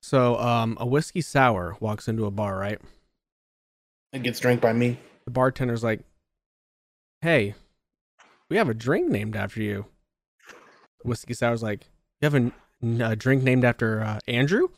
So, um, a whiskey sour walks into a bar, right? It gets drank by me. The bartender's like, "Hey, we have a drink named after you." The whiskey sour's like, "You have a, n- a drink named after uh, Andrew?"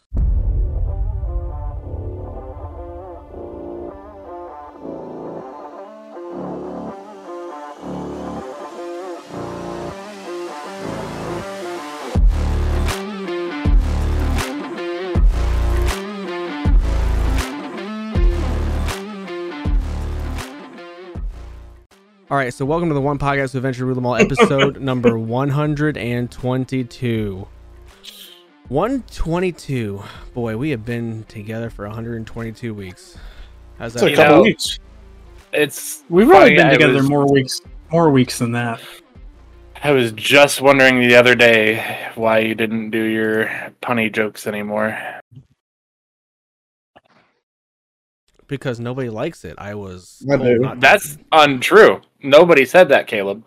All right, so welcome to the One Podcast to Adventure Rule Them All, episode number 122. 122. Boy, we have been together for 122 weeks. How's It's a that? You couple know, weeks. It's We've already been Funny, I together was- more weeks, more weeks than that. I was just wondering the other day why you didn't do your punny jokes anymore. Because nobody likes it. I was I told do. not to- That's untrue. Nobody said that, Caleb.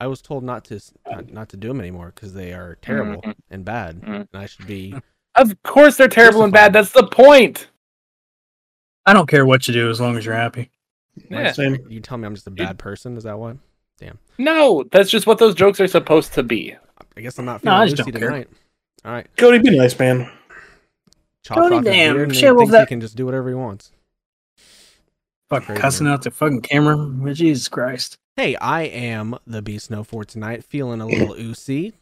I was told not to s- not, not to do them anymore because they are terrible Mm-hmm. Mhm. and bad, Mhm. and I should be. Of course they're terrible and bad. That's the point. I don't care what you do as long as you're happy. Yeah. Same. You tell me I'm just a bad person? Is that why? No, that's just what those jokes are supposed to be. I guess I'm not No, feeling I just Lucy don't care. tonight. All right, Cody, be nice, man. chopped off Tony his damn beard and he shit was thinks he that- can just do whatever he wants. Fuck, Crazy, cussing man. out the fucking camera. Well, Jesus Christ. Hey, I am the Beast No for tonight, feeling a little oozy.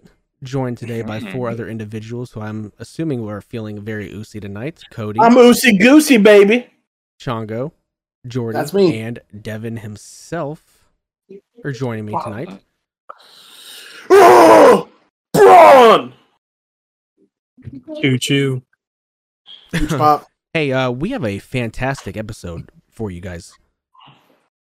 Joined today by Mm-hmm. four other individuals who I'm assuming were feeling very oozy tonight. Cody, I'm oosey goosey, baby. Chongo, Jordan, That's me. and Devin himself are joining me tonight. Oh, Braun. Choo choo. Pop. Hey, uh, we have a fantastic episode for you guys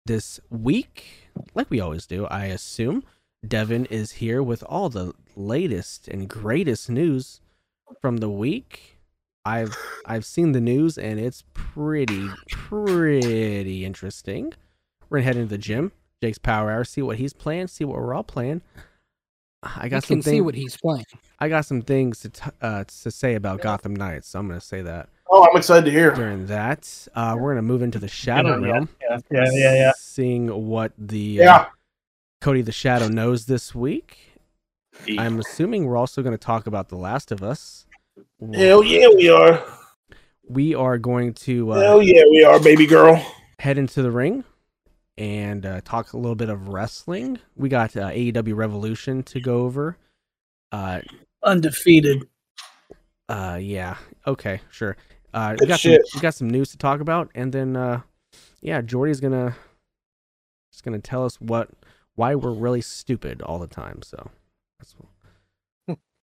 this week, like we always do. I assume Devin is here with all the latest and greatest news from the week. I've I've seen the news and it's pretty pretty interesting. We're gonna head into the gym, Jake's Power Hour, see what he's playing, see what we're all playing. I got you can some see things. what he's playing. I got some things to t- uh, to say about Gotham Knights. So I'm gonna say that Oh, I'm excited to hear. during that. Uh, we're gonna move into the Shadow yeah, Realm. Yeah, yeah, yeah, yeah. Seeing what the uh, Yeah. Cody the Shadow knows this week. Eek. I'm assuming we're also gonna talk about The Last of Us. Hell yeah, we are. We are going to uh, Hell yeah, we are, baby girl. head into the ring and uh, talk a little bit of wrestling. We got uh, AEW Revolution to go over. Uh, Undefeated. Uh, yeah. Okay, sure. Uh, we Good got shit. some we got some news to talk about, and then uh, yeah, Jordy's gonna just gonna tell us what why we're really stupid all the time. So that's,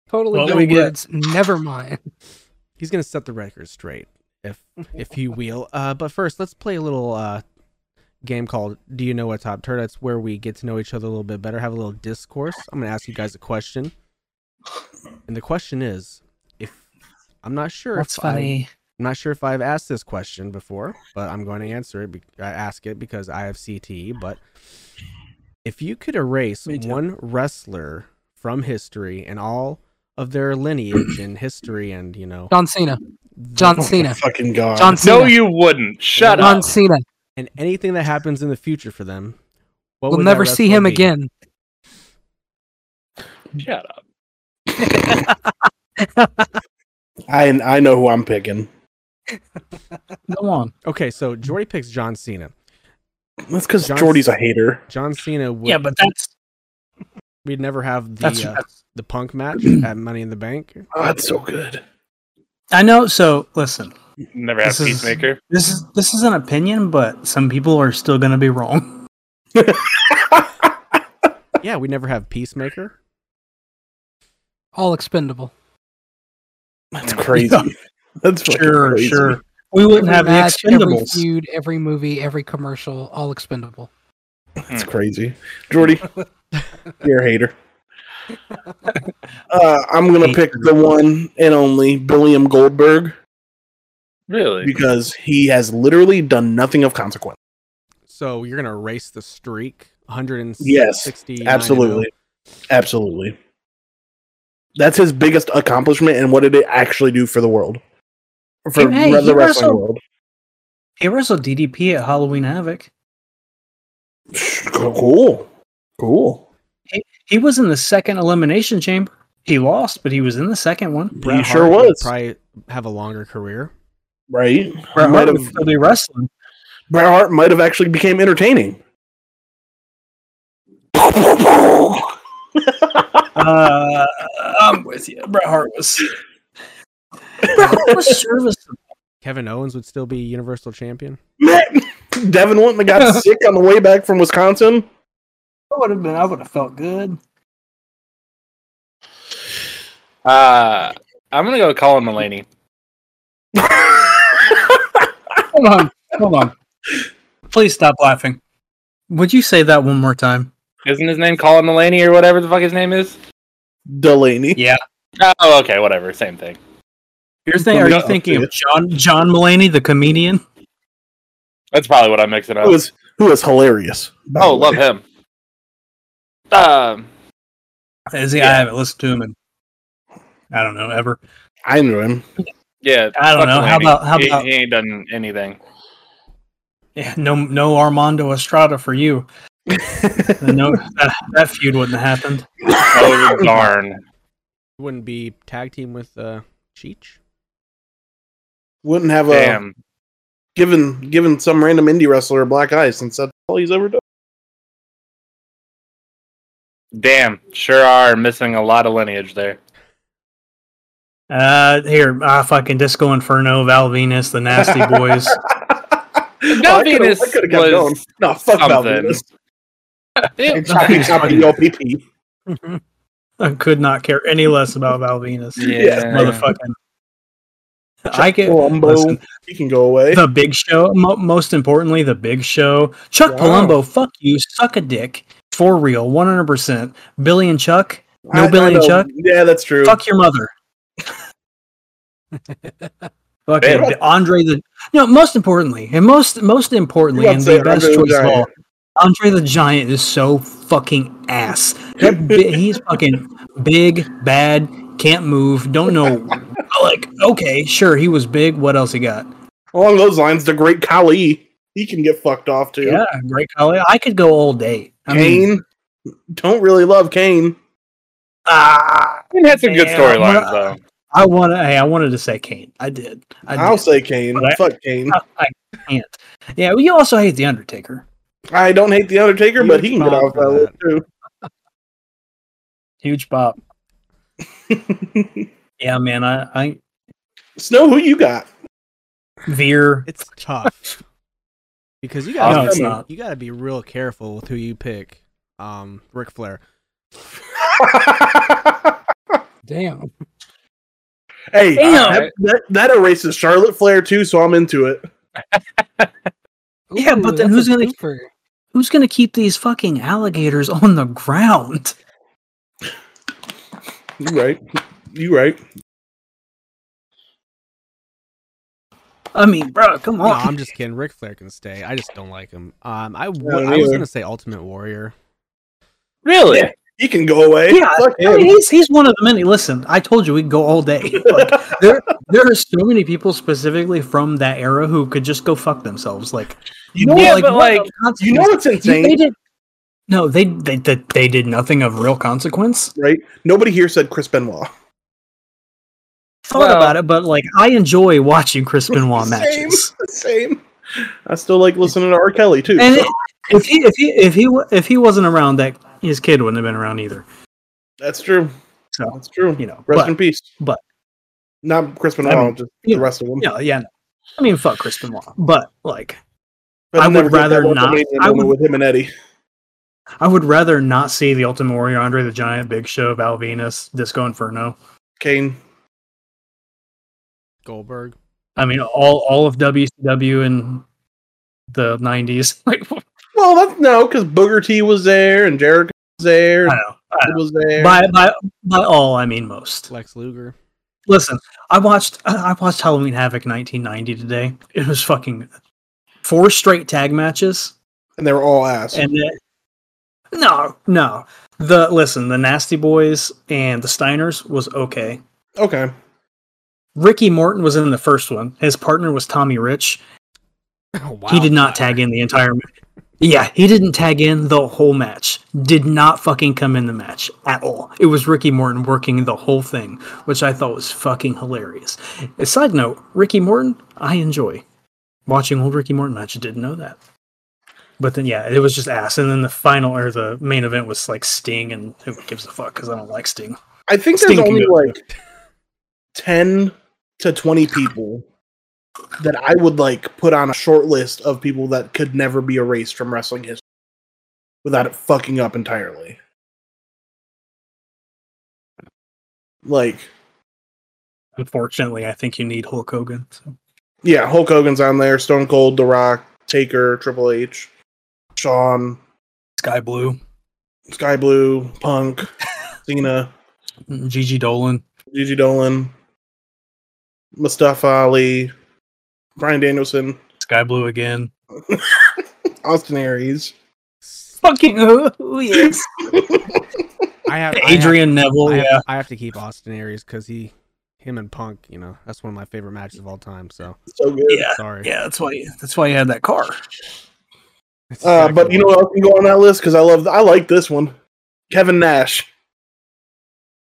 Totally Well, no we get- words. Never mind. he's gonna set the record straight if if he will. Uh, but first, let's play a little uh game called Do you know what top turd? That's where we get to know each other a little bit better, have a little discourse. I'm gonna ask you guys a question, and the question is if I'm not sure That's if I- funny. I'm not sure if I've asked this question before, but I'm going to answer it. Be- uh, ask it because I have CTE. But if you could erase Me too. one wrestler from history and all of their lineage and history, and you know, John Cena. John Oh, Cena. Fucking God. John Cena. No, you wouldn't. Shut John up. Cena. and anything that happens in the future for them, what We'll would that never see wrestler him be? again. Shut up. I I know who I'm picking. Go on. Okay, so Jordy picks John Cena. That's because John- Jordy's a hater. John Cena would Yeah, but that's we'd never have the that's, uh, that's the Punk match at Money in the Bank. Oh, that's so good. I know, so listen. Never have This is- Peacemaker. This is this is an opinion, but some people are still gonna be wrong. Yeah, we'd never have Peacemaker. All expendable. That's crazy. That's fucking sure, crazy. sure. We wouldn't Every have the match, every expendables. feud, every movie, every commercial, all expendable. That's crazy. Jordy, you're a hater. Uh, I'm going to pick the one and only Billiam Goldberg Really? because he has literally done nothing of consequence. So you're gonna erase the streak. 160. oh. Yes, Absolutely. Absolutely. That's his biggest accomplishment, and what did it actually do for the world? For Hey, the he wrestling wrestled- world. He wrestled DDP at Halloween Havoc. Cool. Cool. He was in the second elimination chamber. He lost, but he was in the second one. Bret he sure Hart would was. Probably have a longer career. Right? Bret might Hart would have- still be wrestling. Bret Hart might have actually became entertaining. Uh, I'm with you. Bret Hart was. Bret Hart was serviceable. Kevin Owens would still be universal champion. Matt, Devin Winton got sick on the way back from Wisconsin. I would have been. I would have felt good. Uh, I'm gonna go Colin Mulaney. Hold on. Hold on. Please stop laughing. Would you say that one more time? Isn't his name Colin Mulaney or whatever the fuck his name is? Delaney. Yeah. Oh, okay, whatever, same thing. You're thinking, are you thinking of John John Mulaney, the comedian? That's probably what I'm mixing up. Who is who is hilarious. by oh, the way. love him. Um, Is he? I haven't listened to him in I don't know ever. I knew him. yeah, I don't know. fuck How Mulaney. about- how He- about- he ain't done anything? Yeah, no, no Armando Estrada for you. no, that, that feud wouldn't have happened. Oh darn! Wouldn't be tag team with uh, Cheech. Wouldn't have a Damn. given given some random indie wrestler a black eye since that's all he's ever done. Damn, sure are missing a lot of lineage there. Uh, here, ah, fucking Disco Inferno, Val Venus, the Nasty Boys. Oh, I Val could've- Venus I could've kept was going. No, fuck Val something. Venus. Ew. Choppy, choppy, yo, pee, pee. I could not care any less about Val Venus. Yes, Motherfucking. I get Columbo. listen, He can go away. the Big Show. Mo- most importantly, the Big Show. Chuck Wow. Palumbo, fuck you, suck a dick for real, one hundred percent. Billy and Chuck, no I- I Billy and know. Chuck? Yeah, that's true. Fuck your mother. Fucking Man. Andre the no. Most importantly, and most most importantly, You and about the to say Andre best the choice of all, Giant. Andre the Giant is so fucking ass. That bi- he's fucking big, bad, can't move, don't know. Like, okay, sure, he was big. What else he got? Along those lines, the great Kali. He can get fucked off too. Yeah, great collie. I could go all day. I mean, Kane. don't really love Kane. ah, He had some good Yeah, storylines but- though. I want. Hey, I wanted to say Kane. I did. I did. I'll say Kane. But I- Fuck Kane. I can't. Yeah, well, you also hate the Undertaker. I don't hate the Undertaker, but he Huge can get pop off for that that. list too. Huge pop. Yeah, man. I, I Snow, who you got? Veer. It's tough because you No, got it's mean, not. you got to be real careful with who you pick. Um, Ric Flair. Damn. hey, Damn. that, that, that erases Charlotte Flair too, so I'm into it. Yeah, but then that's who's a gonna- twofer. Who's gonna keep these fucking alligators on the ground? You right. You right. I mean, bro, come No, on. I'm just kidding. Ric Flair can stay. I just don't like him. Um, I No, wa- I was neither. gonna say Ultimate Warrior. Really? Yeah. He can go away. yeah, Fuck I mean, him. he's he's one of the many. Listen, I told you we could go all day. Like, there there are so many people specifically from that era who could just go fuck themselves. Like You no, know, Yeah, but, what like, consequence- you know what's They insane, did. No, they they they, they did nothing of real consequence. right? Nobody here said Chris Benoit. thought Well- about it, but like I enjoy watching Chris Benoit matches. Same. I still like listening to R. Kelly too. And so- it, if he if he if he wa- if he wasn't around, that his kid wouldn't have been around either. That's true. So, That's true. You know, Rest but in peace. but- not Chris Benoit, I mean, just yeah, the rest of them. yeah, yeah. no. I mean, fuck Chris Benoit, but like But I I've would never seen rather that one not. Romanian I woman would- with him and Eddie. I would rather not see the Ultimate Warrior, Andre the Giant, Big Show, Val Venus, Disco Inferno. Kane. Goldberg. I mean, all all of WCW in the '90s. Like, I Well, that's no, because Booger T was there and Jericho was there. don't and know. I Sid was there. By by by all, I mean most. Lex Luger. Listen, I watched I watched Halloween Havoc 1990 today. It was fucking four straight tag matches, and they were all ass. and then, no, no, The listen, the Nasty Boys and the Steiners was okay. Okay. Ricky Morton was in the first one. His partner was Tommy Rich. Oh, wow. He did not tag in the entire. ma- Yeah, he didn't tag in the whole match. Did not fucking come in the match at all. It was Ricky Morton working the whole thing, which I thought was fucking hilarious. A side note: Ricky Morton, I enjoy watching old Ricky Morton. I just didn't know that. But then, yeah, it was just ass. And then the final or the main event was like Sting, and who gives a fuck? Because I don't like Sting. I think there's Stinking only good. like 10 to 20 people that I would like put on a short list of people that could never be erased from wrestling history without it fucking up entirely. Like, Unfortunately, I think you need Hulk Hogan. So. yeah, Hulk Hogan's on there, Stone Cold, The Rock, Taker, Triple H, Shawn, Sky Blue, Sky Blue, Punk, Cena, Gigi Dolan. Gigi Dolan, Mustafa Ali, Brian Danielson, Sky Blue again. Austin Aries. Fucking oh, yes. I have I have- Adrian Neville, I have, yeah. I have to keep Austin Aries because he, him and Punk, you know, that's one of my favorite matches of all time. So So good. Yeah. sorry. Yeah, that's why that's why you had that car. That's Uh, exactly but you know what- what else can go on that list because I love I like this one, Kevin Nash.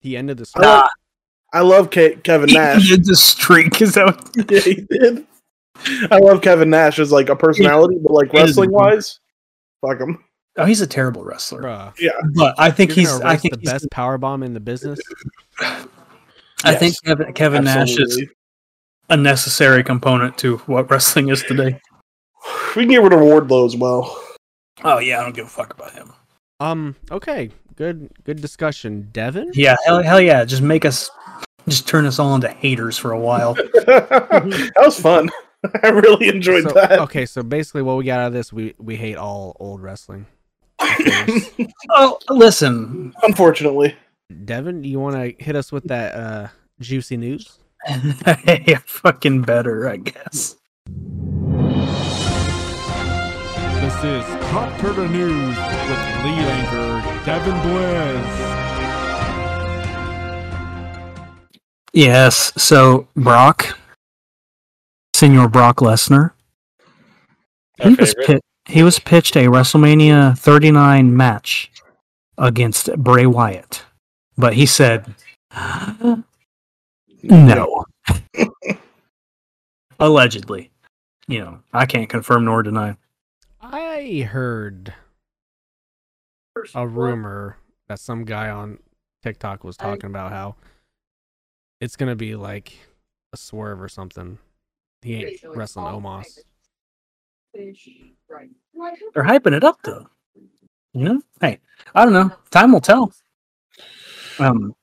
he ended this. I love, I love Ke- Kevin He Nash. did the streak is that what- yeah, he did. I love Kevin Nash as like a personality, but like He is- wrestling wise, fuck him. Oh, he's a terrible wrestler. Bruh, But I think you're he's gonna I erase think the he's- best power bomb in the business. I think Yes. Kevin, Kevin Nash is Absolutely. a necessary component to what wrestling is today. We can get rid of Wardlow as well. Oh yeah, I don't give a fuck about him. Um. Okay. Good. Good discussion, Devin. Yeah, hell, hell yeah, just make us just turn us all into haters for a while. that was fun. I really enjoyed So- that. Okay. So basically, what we got out of this, we we hate all old wrestling. oh, listen, Unfortunately, Devin, you want to hit us with that uh, juicy news? yeah, fucking better, I guess. This is Pop Turtle News with lead anchor Devin Bliss. Yes, so Brock, Senor Brock Lesnar, Our he was, favorite. pit, he was pitched a WrestleMania 39 match against Bray Wyatt, but he said no. Allegedly. You know, I can't confirm nor deny. I heard a rumor that some guy on TikTok was talking about how it's gonna be like a swerve or something. He ain't wrestling Omos. They're hyping it up, though. You know? Hey, I don't know. Time will tell. Um,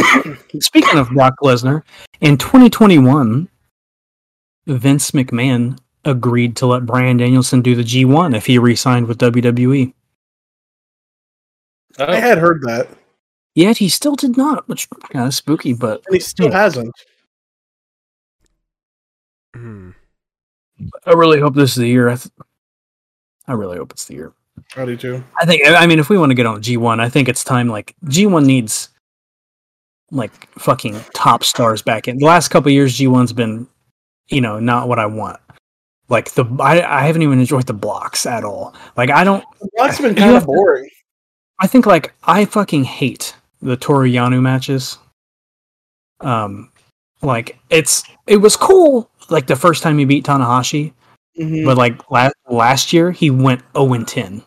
speaking of Brock Lesnar, in 2021, Vince McMahon agreed to let Brian Danielson do the G1 if he re signed with E. WWE. Oh, I had heard that, and Yet he still did not, which kind of spooky, but he still hasn't. Hmm. I really hope this is the year. I, th- I really hope it's the year. I do too. I think. I mean, if we want to get on G one, I think it's time. Like G one needs like fucking top stars back in. The last couple of years, G one's been, you know, not what I want. Like the I, I haven't even enjoyed the blocks at all. Like I don't. That's been You kind of have to- boring. I think like I fucking hate the Toru Yano matches. Um, like it's it was cool like the first time he beat Tanahashi, Mhm. but like last last year he went 0 and 10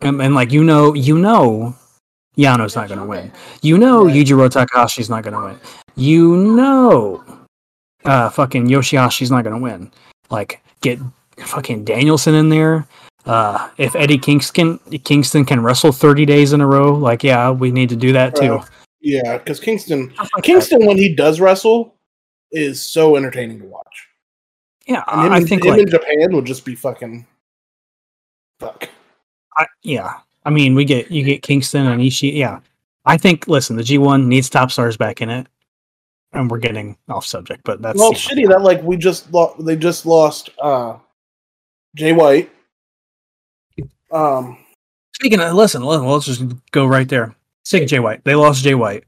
and, and like you know you know yano's not going to win you know Right. yujiro takahashi's not going to win you know uh fucking yoshihashi's not going to win like get fucking danielson in there uh if eddie kingston kingston can wrestle 30 days in a row like yeah we need to do that too Bro, Yeah, because Kingston, Kingston, when he does wrestle, is so entertaining to watch. yeah And him, i, I think him like in Japan would just be fucking fuck. I, yeah. I mean, we get you get Kingston and Ishii. Yeah, I think. Listen, the G one needs top stars back in it, and we're getting off subject, but that's well, it's shitty that like we just lost. They just lost uh Jay White. Um, Speaking of, listen, let- let's just go right there. Take Jay White. They lost Jay White.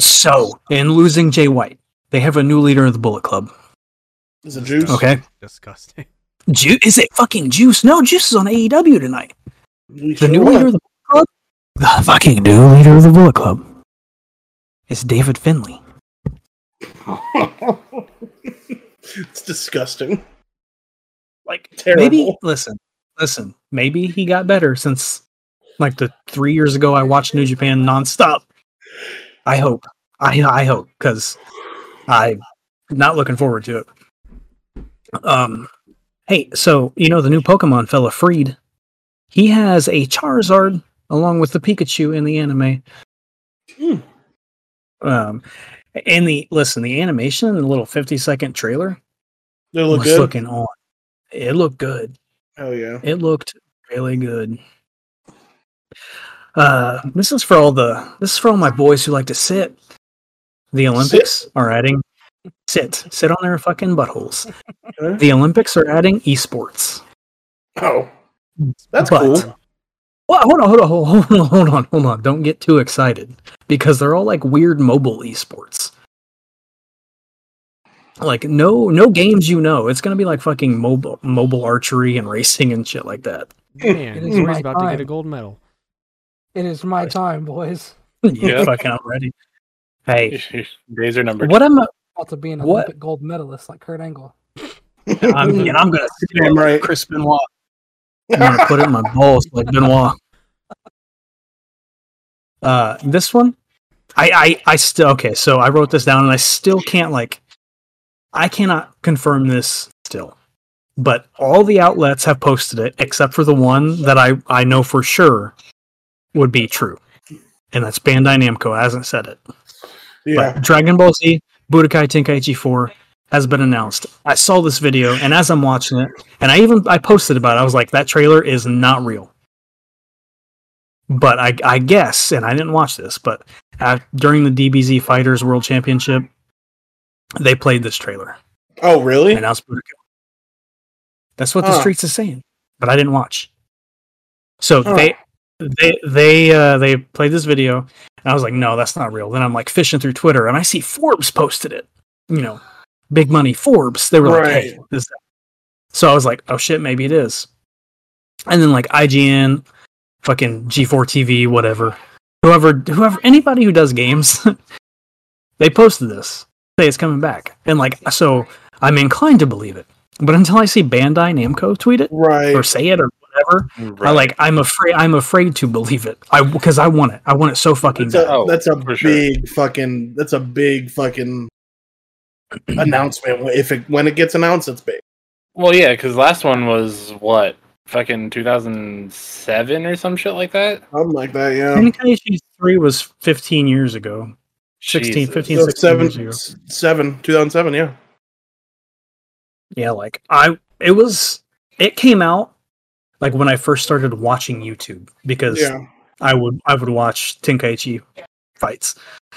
So, in losing Jay White, they have a new leader of the Bullet Club. Is it juice? Okay. Disgusting. Ju- is it fucking Juice? No, Juice is on AEW tonight. We The sure new will. leader of the Bullet Club? The fucking new leader of the Bullet Club. It's David Finley. it's disgusting. Like Maybe, terrible. listen, listen, maybe he got better since like the three years ago I watched New Japan nonstop. I hope. I, I hope because I'm not looking forward to it. Um, hey, so you know the new Pokemon fella Freed, he has a Charizard along with the Pikachu in the anime. Hmm. Um, and the listen, the animation in the little 50 second trailer They look was good. looking on. It looked good. Oh yeah. It looked really good. Uh, this is for all the this is for all my boys who like to sit. The Olympics are adding sit sit on their fucking buttholes. Okay. The Olympics are adding esports. Oh, that's But- cool. Well, hold on, hold on, hold on, hold on, hold on. Don't get too excited because they're all like weird mobile esports. Like no no games you know. It's gonna be like fucking mobile mobile archery and racing and shit like that. Man, is Corey's my about to get a time. gold medal. It is my time, boys. yeah, Yep. fucking I'm ready. Hey, Days are numbered. what I'm About to be an What? Olympic gold medalist like Kurt Angle. I'm, and I'm gonna Damn right. Chris Benoit. I'm gonna put it in my balls like Benoit. Uh, this one, I, I, I still okay. So I wrote this down, and I still can't like, I cannot confirm this still. But all the outlets have posted it except for the one that I I know for sure would be true, and that's Bandai Namco hasn't said it. Yeah. But Dragon Ball Z Budokai Tenkaichi 4 has been announced. I saw this video and as I'm watching it, and I even I posted about it. I was like that trailer is not real. But I I guess and I didn't watch this, but uh during the DBZ Fighters World Championship they played this trailer. Oh really? And announced Budokai. That's what the Huh. streets is saying, but I didn't watch. So Huh. they they they uh, they played this video, and I was like, no, that's not real. Then I'm like fishing through Twitter, and I see Forbes posted it. You know, big money Forbes. They were like, hey, Right. this. So I was like, oh shit, maybe it is. And then like IGN, fucking G4 TV, whatever, whoever, whoever, anybody who does games, they posted this. Say it's coming back, and like so, I'm inclined to believe it. But until I see Bandai Namco tweet it Right. or say it or whatever, I like I'm afraid I'm afraid to believe it. I because I want it. I want it so fucking That's a, bad. Oh, that's a for sure. big fucking. That's a big fucking announcement. If it when it gets announced, it's big. Well, yeah, because last one was what fucking 2007 or some shit like that. Something like that. Yeah. Tenkaichi 3 was 15 years ago. 16, Jesus. 15. So 16 seven, years ago. s- seven, 2007. Yeah. Yeah, like I it was it came out like when I first started watching YouTube because Yeah. I would I would watch Tenkaichi fights.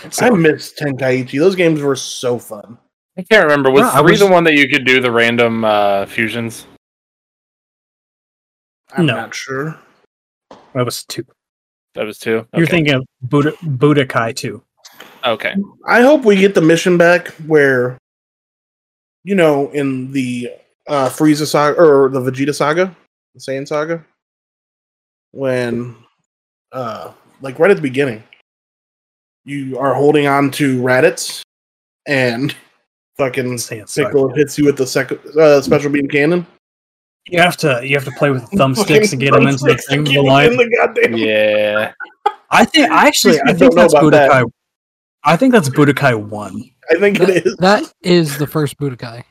So, I miss Tenkaichi. Those games were so fun. I can't remember. Was No, I three was- the one that you could do the random uh, fusions? I'm No. not sure. that was 2. That was two. You're Okay. thinking of Buda, Budokai 2. Okay. I hope we get the mission back where, you know, in the uh, Frieza saga or the Vegeta saga, the Saiyan saga, when, uh, like right at the beginning, you are holding on to Raditz, and fucking Saiyan saga. Piccolo hits you with the second uh, special beam cannon. You have to you have to play with thumbsticks to get them into the thing. Get The him line. in the goddamn- Yeah. I think I actually I Don't think know that's about that. Budokai. I think that's Budokai one. I think it is. That is the first Budokai.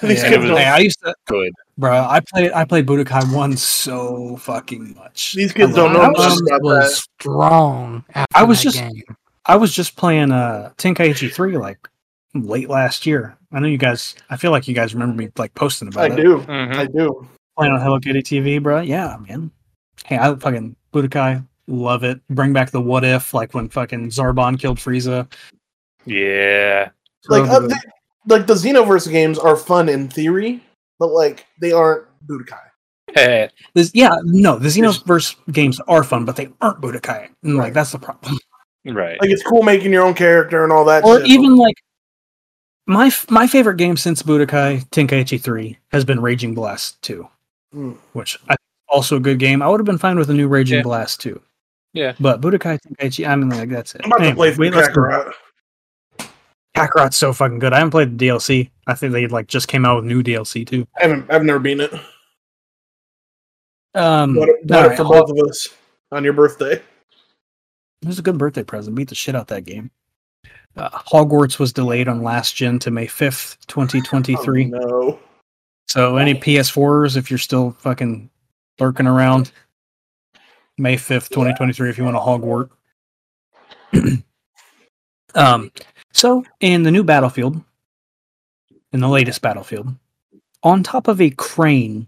These kids Yeah. It was- Hey, don't, I used to, Good. bro. I played I played Budokai one so fucking much. these kids I don't know love- much I Adams was, about was that. strong after I was that just- game. I was just playing uh Tenkaichi three like late last year. I know you guys. I feel like you guys remember me like I posting about it. do. hmm I do. Playing on Hello Kitty TV, bro. Yeah, man. Hey, I fucking Budokai. Love it. Bring back the what if, like when fucking Zarbon killed Frieza. Yeah. like uh, Remember th- like the Xenoverse games are fun in theory, but like they aren't Budokai. Heh. This, yeah, no, the Xenoverse games are fun, but they aren't Budokai, and like Right. that's the problem. right. Like it's cool making your own character and all that. Or shit, but even like my f- my favorite game since Budokai Tenkaichi Three has been Raging Blast Two, Hmm. which I also a good game. I would have been fine with a new Raging Yeah. Blast Two. Yeah. but Budokai Tenkaichi, I mean, like that's it. I'm about to Anyway, play through wait, let's go. Kakarot. Kakarot's so fucking good. I haven't played the DLC. I think they like just came out with new DLC too. I haven't. I've never beaten it. Um, Bought it, bought Hmm. all it right, for I'll- both of us on your birthday. It was a good birthday present. Beat the shit out that game. Uh, Hogwarts was delayed on last gen to May 5th, 2023. Oh, So, any PS4s, if you're still fucking lurking around, May 5th, 2023, if you want a Hogwart. um, so, in the new Battlefield, in the latest Battlefield, on top of a crane,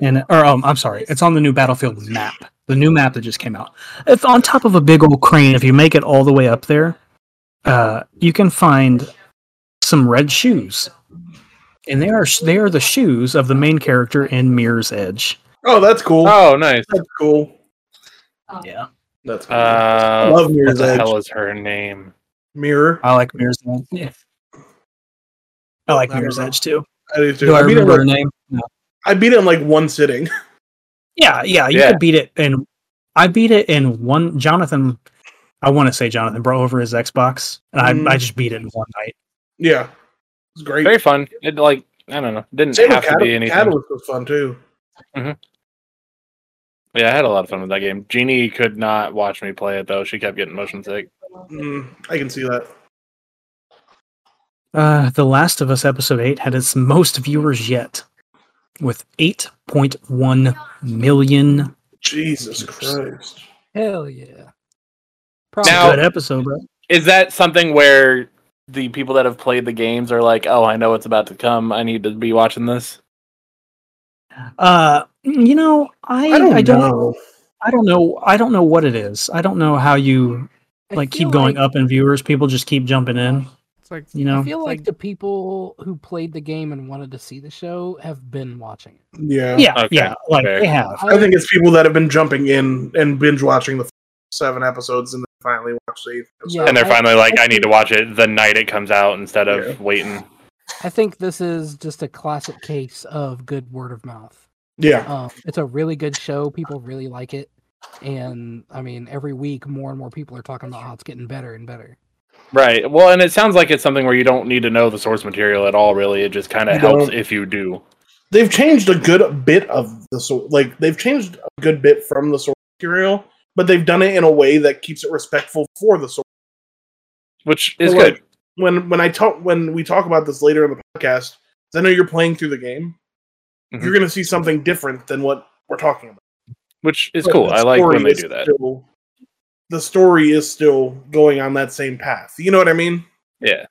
and or um, I'm sorry, it's on the new Battlefield map, the new map that just came out. It's on top of a big old crane. If you make it all the way up there, uh, you can find some red shoes, and they are they are the shoes of the main character in Mirror's Edge. no! Oh, that's cool. Ah. Oh, nice. That's cool. Yeah, That's cool. Uh, Love Mirror's what the Edge. hell is her name? Mirror. I like Mirror's Edge. Yeah. I like I don't Mirror's know. Edge too. I do too. Do I I, beat it in remember her like, name? No. I beat it in like one sitting. Yeah, yeah, you Yeah. could beat it in. I beat it in one. Jonathan, I want to say Jonathan brought over his Xbox, and Mm. I, I just beat it in one night. yeah, it's great. Very fun. It like I don't know. Didn't Same with have to be Catal- anything. Catalyst was fun too. Yeah, I had a lot of fun with that game. Jeannie could not watch me play it though. She kept getting motion sick. Mm, I can see that. Uh, the Last of Us episode eight had its most viewers yet, with eight point one million. Jesus Christ. Hell yeah. Now- Good episode, bro. Is that something where the people that have played the games are like, "Oh, I know what's about to come. I need to be watching this." Uh, you know, I I don't, I don't, know. I don't know I don't know what it is. I don't know how you I like feel keep going like- up in viewers. People just keep jumping in. It's like You know, I feel like like- the people who played the game and wanted to see the show have been watching it. Yeah. yeah, Okay, yeah, like fair. they have. I think it's people that have been jumping in and binge watching the seven episodes and then finally watch the eighth episode. Yeah. And they're I- finally like, I "I need to think- watch it the night it comes out instead of Yeah. waiting." I think this is just a classic case of good word of mouth. Yeah. Um, it's a really good show. People really like it. And I mean, every week, more and more people are talking about how it's getting better and better. Right. Well, and it sounds like it's something where you don't need to know the source material at all. Really, it just kind of You helps don't. if you do. They've changed a good bit of the source. Like, they've changed a good bit from the source material, but they've done it in a way that keeps it respectful for the source. which is Well, like- good. When when I talk when we talk about this later in the podcast, 'cause I know you're playing through the game. Mhm. You're going to see something different than what we're talking about. Which is But cool. the I like when story they is do that. still- the story is still going on that same path. You know what I mean? Yeah.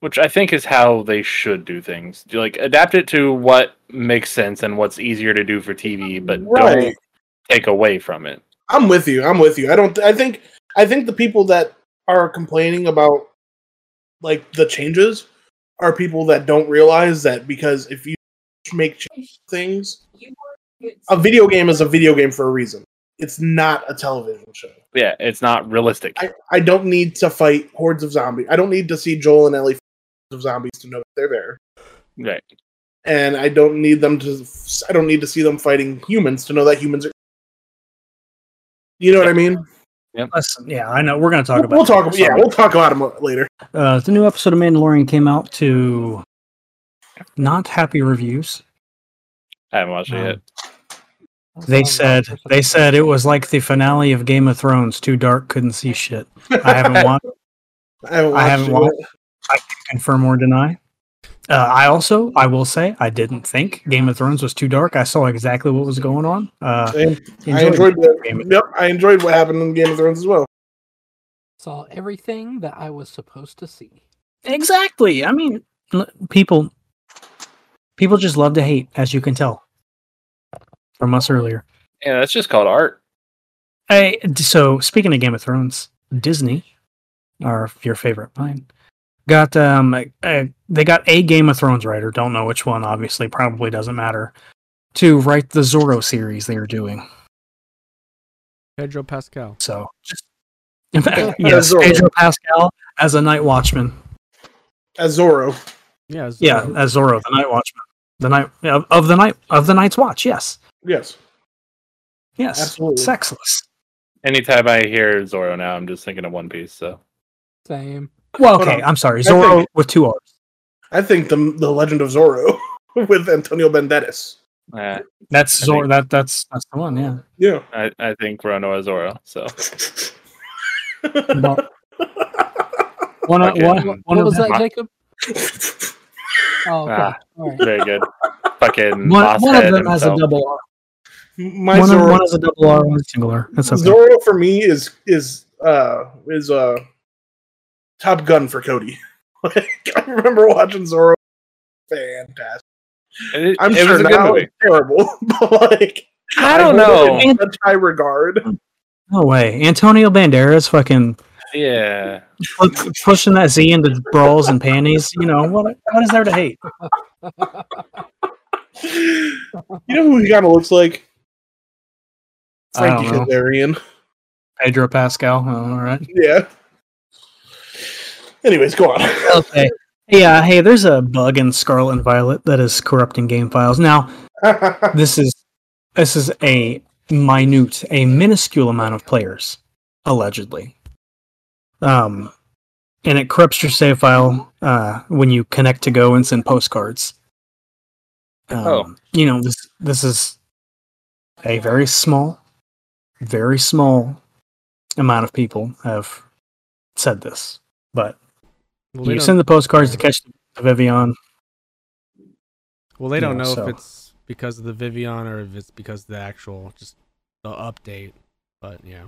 Which I think is how they should do things. Do, Like adapt it to what makes sense and what's easier to do for TV, but don't take away from it. I'm with you. I'm with you. I don't. I think. I think the people that are complaining about like the changes are people that don't realize that because if you make change to things, a video game is a video game for a reason. It's not a television show. Yeah, it's not realistic. I, I don't need to fight hordes of zombies. I don't need to see Joel and Ellie fight hordes of zombies to know that they're there. right. And I don't need them to. I don't need to see them fighting humans to know that humans are. You know what I mean? Listen, yeah, I know. We're gonna talk We'll- about. we'll it. talk. About, yeah, Sorry. we'll talk about them later. Uh, the new episode of Mandalorian came out to not happy reviews. I haven't watched Um, it yet. Oh, They said they said it was like the finale of Game of Thrones. Too dark, couldn't see shit. I haven't watched. I haven't I haven't watched it. watched. I can confirm or deny. Uh, I also, I will say, I didn't think Game of Thrones was too dark. I saw exactly what was going on. Uh, Same. I enjoyed enjoyed that. Game of- Yep, I enjoyed what happened in Game of Thrones as well. saw everything that I was supposed to see. exactly. I mean, l- people, people just love to hate, as you can tell from us earlier. Yeah, that's just called art. I, so speaking of Game of Thrones, Disney, or your favorite, mine, got um, a, a- they got a Game of Thrones writer. Don't know which one, obviously, probably doesn't matter. to write the Zorro series they were doing. Pedro Pascal. So just yes, Zorro. Pedro Pascal as a Night Watchman. As Zorro. Yeah. Zorro. Yeah, as Zorro, the Night Watchman, the night of, of the night of the Night's Watch. Yes, Yes. yes, Absolutely. sexless. Anytime I hear Zorro now, I'm just thinking of One Piece. So Same. Well, Hold okay, on. I'm sorry, I Zorro think- with two R's. I think the the Legend of Zorro with Antonio Banderas. eh, That's I Zorro. think- That that's that's the one. Yeah. Yeah. I, I think Rono is Zorro. So No. One, of- Okay. one, one what of was them, that, Jacob? Oh, okay. Ah. All right. very good. Fucking one, Moss one of head them has a himself. double R. My one, Zorro, one has a double R, one is singular. That's okay. Zorro for me is is uh is uh Top Gun for Cody. like, I remember watching Zorro. Fantastic. It, I'm it sure was a good now movie. it's terrible, but like I hold don't know. it in Such high regard. No way. Antonio Banderas fucking Yeah. pu- pushing that Z into brawls and panties. You know, what, what is there to hate? you know who he kind of looks like? I don't Frankie know. Kazarian. Pedro Pascal. Oh, all right. Yeah. Anyways, go on. Okay. Yeah, hey, there's a bug in Scarlet and Violet that is corrupting game files. Now, this is this is a minute, a minuscule amount of players, allegedly. Um, and it corrupts your save file uh, when you connect to Go and send postcards. Um, Oh. you know this this is a very small, very small amount of people have said this, but Well, they you don't- send the postcards to catch the Vivian. Well, they don't Yeah, know so- if it's because of the Vivian or if it's because of the actual just the update. But yeah,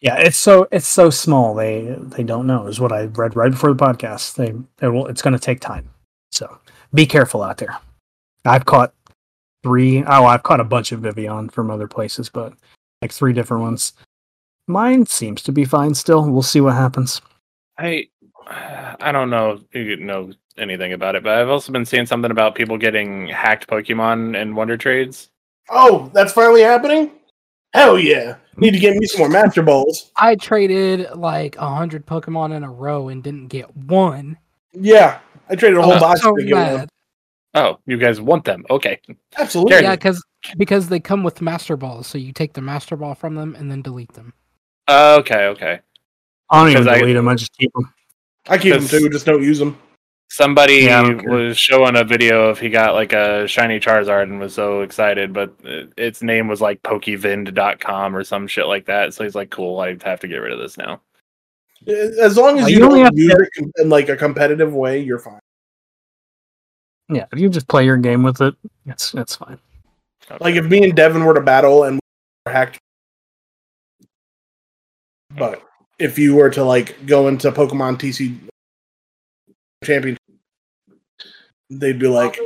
Yeah, it's so it's so small. They they don't know is what I read right before the podcast. They it will it's going to take time. So be careful out there. I've caught three oh I've caught a bunch of Vivian from other places, but like three different ones. Mine seems to be fine still. We'll see what happens. I I don't know if you know anything about it, but I've also been seeing something about people getting hacked Pokemon and Wonder Trades. oh, that's finally happening? Hell yeah. Need to get me some more Master Balls. I traded like a hundred Pokemon in a row and didn't get one. Yeah. I traded a whole Uh, box So to get one. mad. Oh, you guys want them? Okay. Absolutely. Yeah, because because they come with Master Balls, so you take the Master Ball from them and then delete them. Okay, okay. I don't even 'Cause I- delete them. I just keep them. I keep them That's- too, just don't use them. Somebody Yeah, I don't care. was showing a video of he got like a shiny Charizard and was so excited, but it- its name was like Pokevind.com or some shit like that. So he's like, cool, I have to get rid of this now. As long as Well, you, you only have don't to- use it in like a competitive way, you're fine. Yeah, if you just play your game with it, it's it's fine. Okay. Like if me and Devin were to battle and we were hacked, but if you were to like go into Pokemon TC Championship, they'd be like,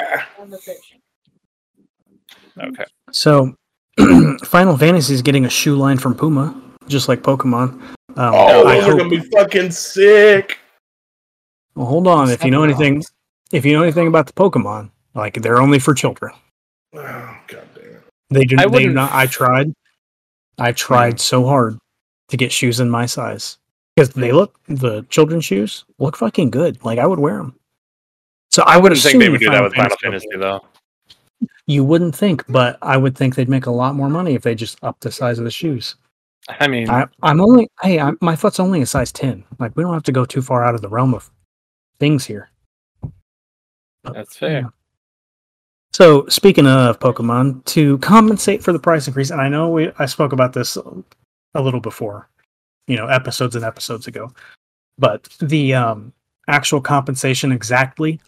"Ah, okay. So Final Fantasy is getting a shoe line from Puma, just like Pokemon. Um, "Oh, I those are hope- gonna be fucking sick." Well, hold on. If you know Seven anything, if you know anything about the Pokemon, like they're only for children. Oh, God damn it! They do. they I do wouldn't- not. I tried. I tried so hard to get shoes in my size because they look the children's shoes look fucking good. Like I would wear them. So I I would wouldn't think they assume would do that with Final Fantasy- Fantasy, though. You wouldn't think, but I would think they'd make a lot more money if they just up the size of the shoes. I mean, I, I'm only hey, I'm, my foot's only a size ten. Like we don't have to go too far out of the realm of things here. that's fair. Yeah. So speaking of Pokemon, to compensate for the price increase, and I know we I spoke about this a little before, you know, episodes and episodes ago, but the um, actual compensation exactly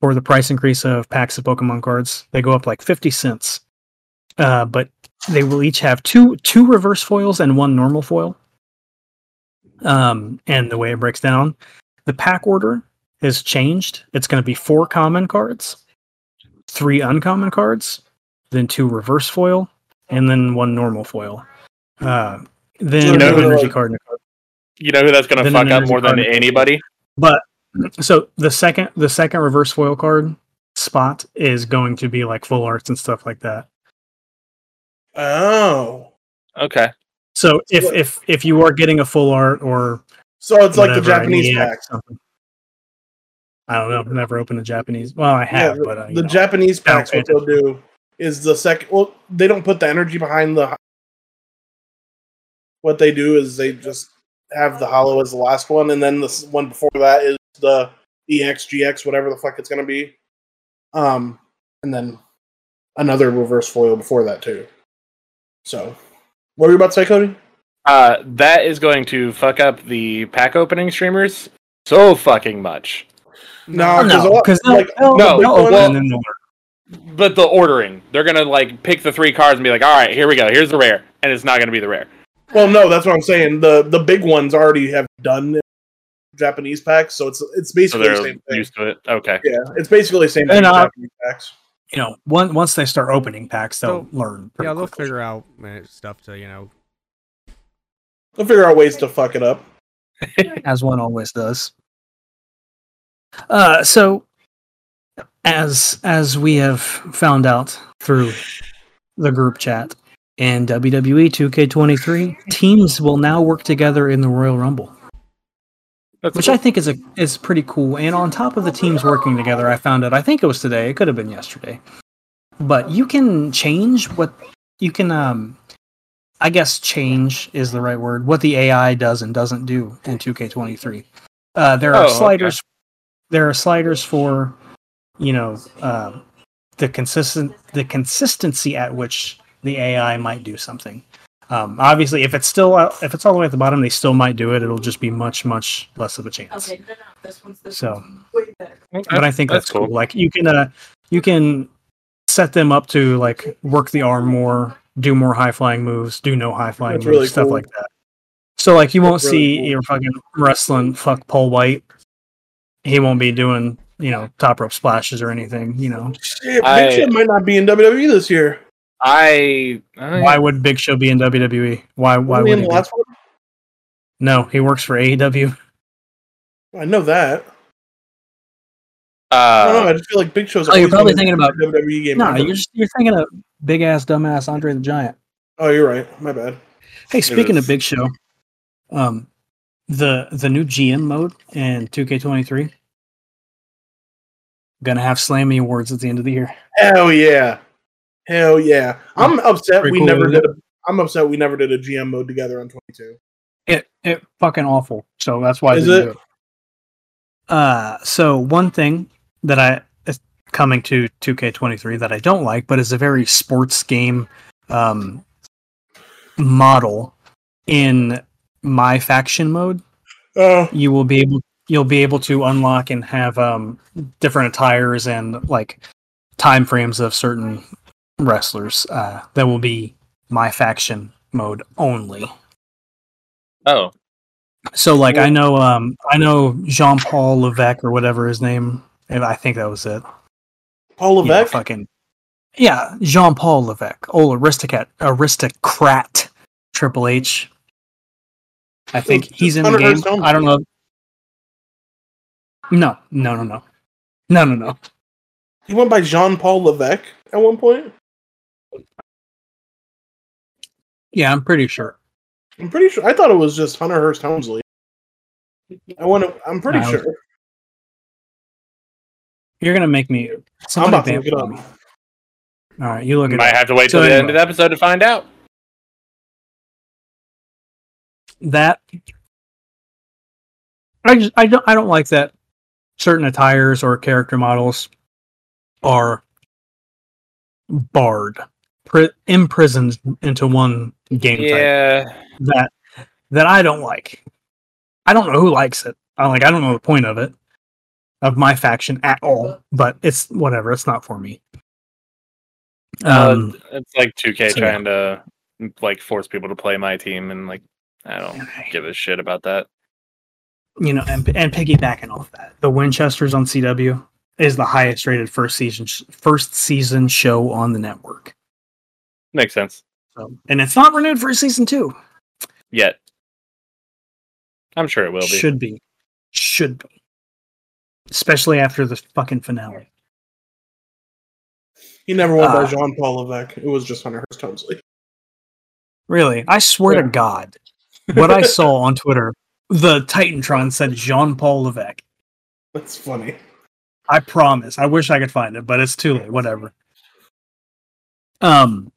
for the price increase of packs of Pokemon cards, they go up like fifty cents, uh, but they will each have two two reverse foils and one normal foil. Um, and the way it breaks down, the pack order is changed. It's going to be four common cards three uncommon cards, then two reverse foil, and then one normal foil. Uh, then You know an who- energy card and a card. You know who that's going to Then fuck an up more energy than card. anybody? But so the second the second reverse foil card spot is going to be like full arts and stuff like that. Oh, Okay. So if if if you are getting a full art or so it's like the whatever, an Japanese EX or pack. something. I don't know. I've never opened a Japanese. Well, I have, the, but uh, you the know. Japanese I don't packs pay what they'll do is the second. Well, they don't put the energy behind the. What they do is they just have the hollow as the last one, and then the s- one before that is the E EXGX, whatever the fuck it's gonna be, um, and then another reverse foil before that too. So, what were you about to say, Cody? Uh, that is going to fuck up the pack opening streamers so fucking much. No, Oh, no, a lot- because like, no, no, no, well- open in the But the ordering, they're gonna like pick the three cards and be like, "All right, here we go. Here's the rare," and it's not gonna be the rare. Well, no, that's what I'm saying. The the big ones already have done Japanese packs, so it's it's So basically the they're same thing. used to it. Okay. Yeah, it's basically the same thing. And, as uh, Japanese packs. you know, one, once they start opening packs, they'll So- learn. pretty Yeah, they'll quickly. figure out uh, stuff to you know. They'll figure out ways to fuck it up. as one always does. Uh, so, as as we have found out through the group chat in E WWE 2K23, teams will now work together in the Royal Rumble, That's which cool. I think is a is pretty cool. And on top of the teams working together, I found out. I think it was today. It could have been yesterday, but you can change what you can. Um, I guess change is the right word. What the AI does and doesn't do in 2K23. Uh, there Oh, are okay. sliders. There are sliders for, you know, uh, the consistent the consistency at which the AI might do something. Um, obviously, if it's still out- if it's all the way at the bottom, they still might do it. It'll just be much much less of a chance. Okay, no, no, this one's this So- one's way better. Okay, But I think that's, cool. Like you can uh, you can set them up to like work the arm more, do more high flying moves, do no high flying That's moves, really stuff cool. like that. So like you won't That's really see cool. your fucking wrestling fuck Paul White. He won't be doing you know top rope splashes or anything. You know Shit, I- Big Shit might not be in WWE this year. I, I why would Big Show be in WWE? Why why Wasn't he would in he the be? last one? no? He works for E AEW. I know that. I don't know. uh, I just feel like Big Show's. Oh, you're always probably been thinking in about- the WWE game. No, you're just, you're thinking of big ass dumbass Andre the Giant. Oh, you're right. My bad. Hey, speaking of is. Big Show, um, the the new GM mode in 2K23 gonna have Slammy Awards at the end of the year. Hell yeah, hell yeah. I'm upset Pretty we cool, never isn't did. A, I'm upset we never did a GM mode together on 22. It it fucking awful. So that's why I Is didn't it? do Uh, so one thing that I is coming to 2K23 that I don't like, but is a very sports game um, model in my faction mode. Oh, you will be able you'll be able to unlock and have um different attires and like time frames of certain wrestlers uh that will be my faction mode only oh, so like i know um i know jean-paul levesque or whatever his name and i think that was it Paul You know, Levesque. fucking yeah jean-paul levesque old aristocrat aristocrat triple h i think Is he's in the Hunter game Hearst Helmsley? i don't know no no no no no no no he went by Jean Paul Levesque at one point. yeah i'm pretty sure I'm pretty sure. I thought it was just Hunter Hearst Helmsley. I want to. I'm pretty No. sure. you're gonna make me I'm somebody about to vamp look it up. on me. all right you look at might have to wait So till the anyway. end of the episode to find out. that I just I don't I don't like that certain attires or character models are barred pri- imprisoned into one game type Yeah, that that I don't like. I don't know who likes it. I like I don't know the point of it of my faction at all, but it's whatever, it's not for me. Um, uh, it's like 2K so, yeah. trying to like force people to play my team, and like I don't give a shit about that. you know, and, and piggybacking off that, the Winchesters on CW is the highest rated first season sh- first season show on the network. Makes sense. So, and it's not renewed for season two. Yet, I'm sure it will be. Should be, should be, especially after the fucking finale. He never won by Uh. Jean Paul Levesque. It was just Hunter Hearst Helmsley. Really, I swear Yeah. to God, what I saw on Twitter, the Titantron said Jean Paul Levesque. That's funny. I promise. I wish I could find it, but it's too late. Whatever. Um,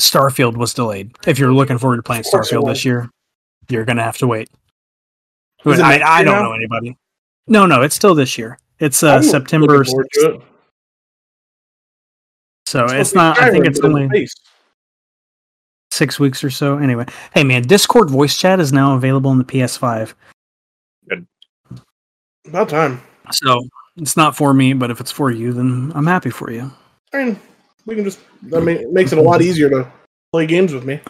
Starfield was delayed. If you're looking forward to playing Of course it Starfield was. this year, you're gonna have to wait. Is it I, next I year don't now? know anybody. No, no, it's still this year. It's uh, I'm September, looking forward to it. so it's gonna not. be I think Skyrim, it's but in only space. six weeks or so. Anyway, hey man, Discord voice chat is now available on the PS5. about time. So it's not for me, but if it's for you, then I'm happy for you. I mean, we can just. I mean, it makes it a lot easier to play games with me.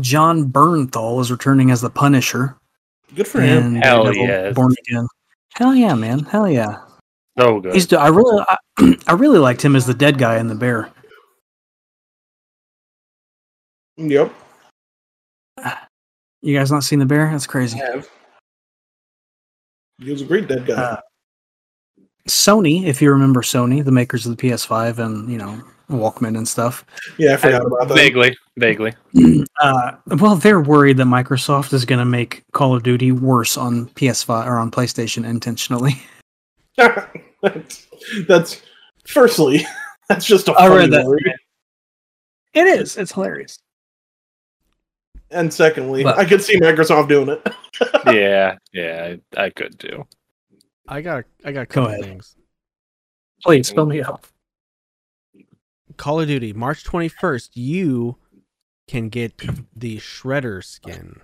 John Bernthal is returning as the Punisher. Good for him. and Hell Daredevil, yes. Born Again. Hell yeah, man. Hell yeah. So good. He's. do- I really. I, I really liked him as the dead guy in the bear. Mm. Yep. You guys not seen the bear? That's crazy. Have. He was a great dead guy. Uh, Sony, if you remember Sony, the makers of the PS5 and you know Walkman and stuff. yeah, I forgot about that. Vaguely, vaguely. Uh, well, they're worried that Microsoft is going to make Call of Duty worse on PS5 or on PlayStation intentionally. that's, that's- firstly, that's just a I funny read that. word. It is. It's hilarious. And secondly, But- I could see Microsoft doing it. Yeah, yeah, I, I could do. I got I got a Go couple ahead. things. Please fill me up. Call of Duty, March 21st, you can get the Shredder skin.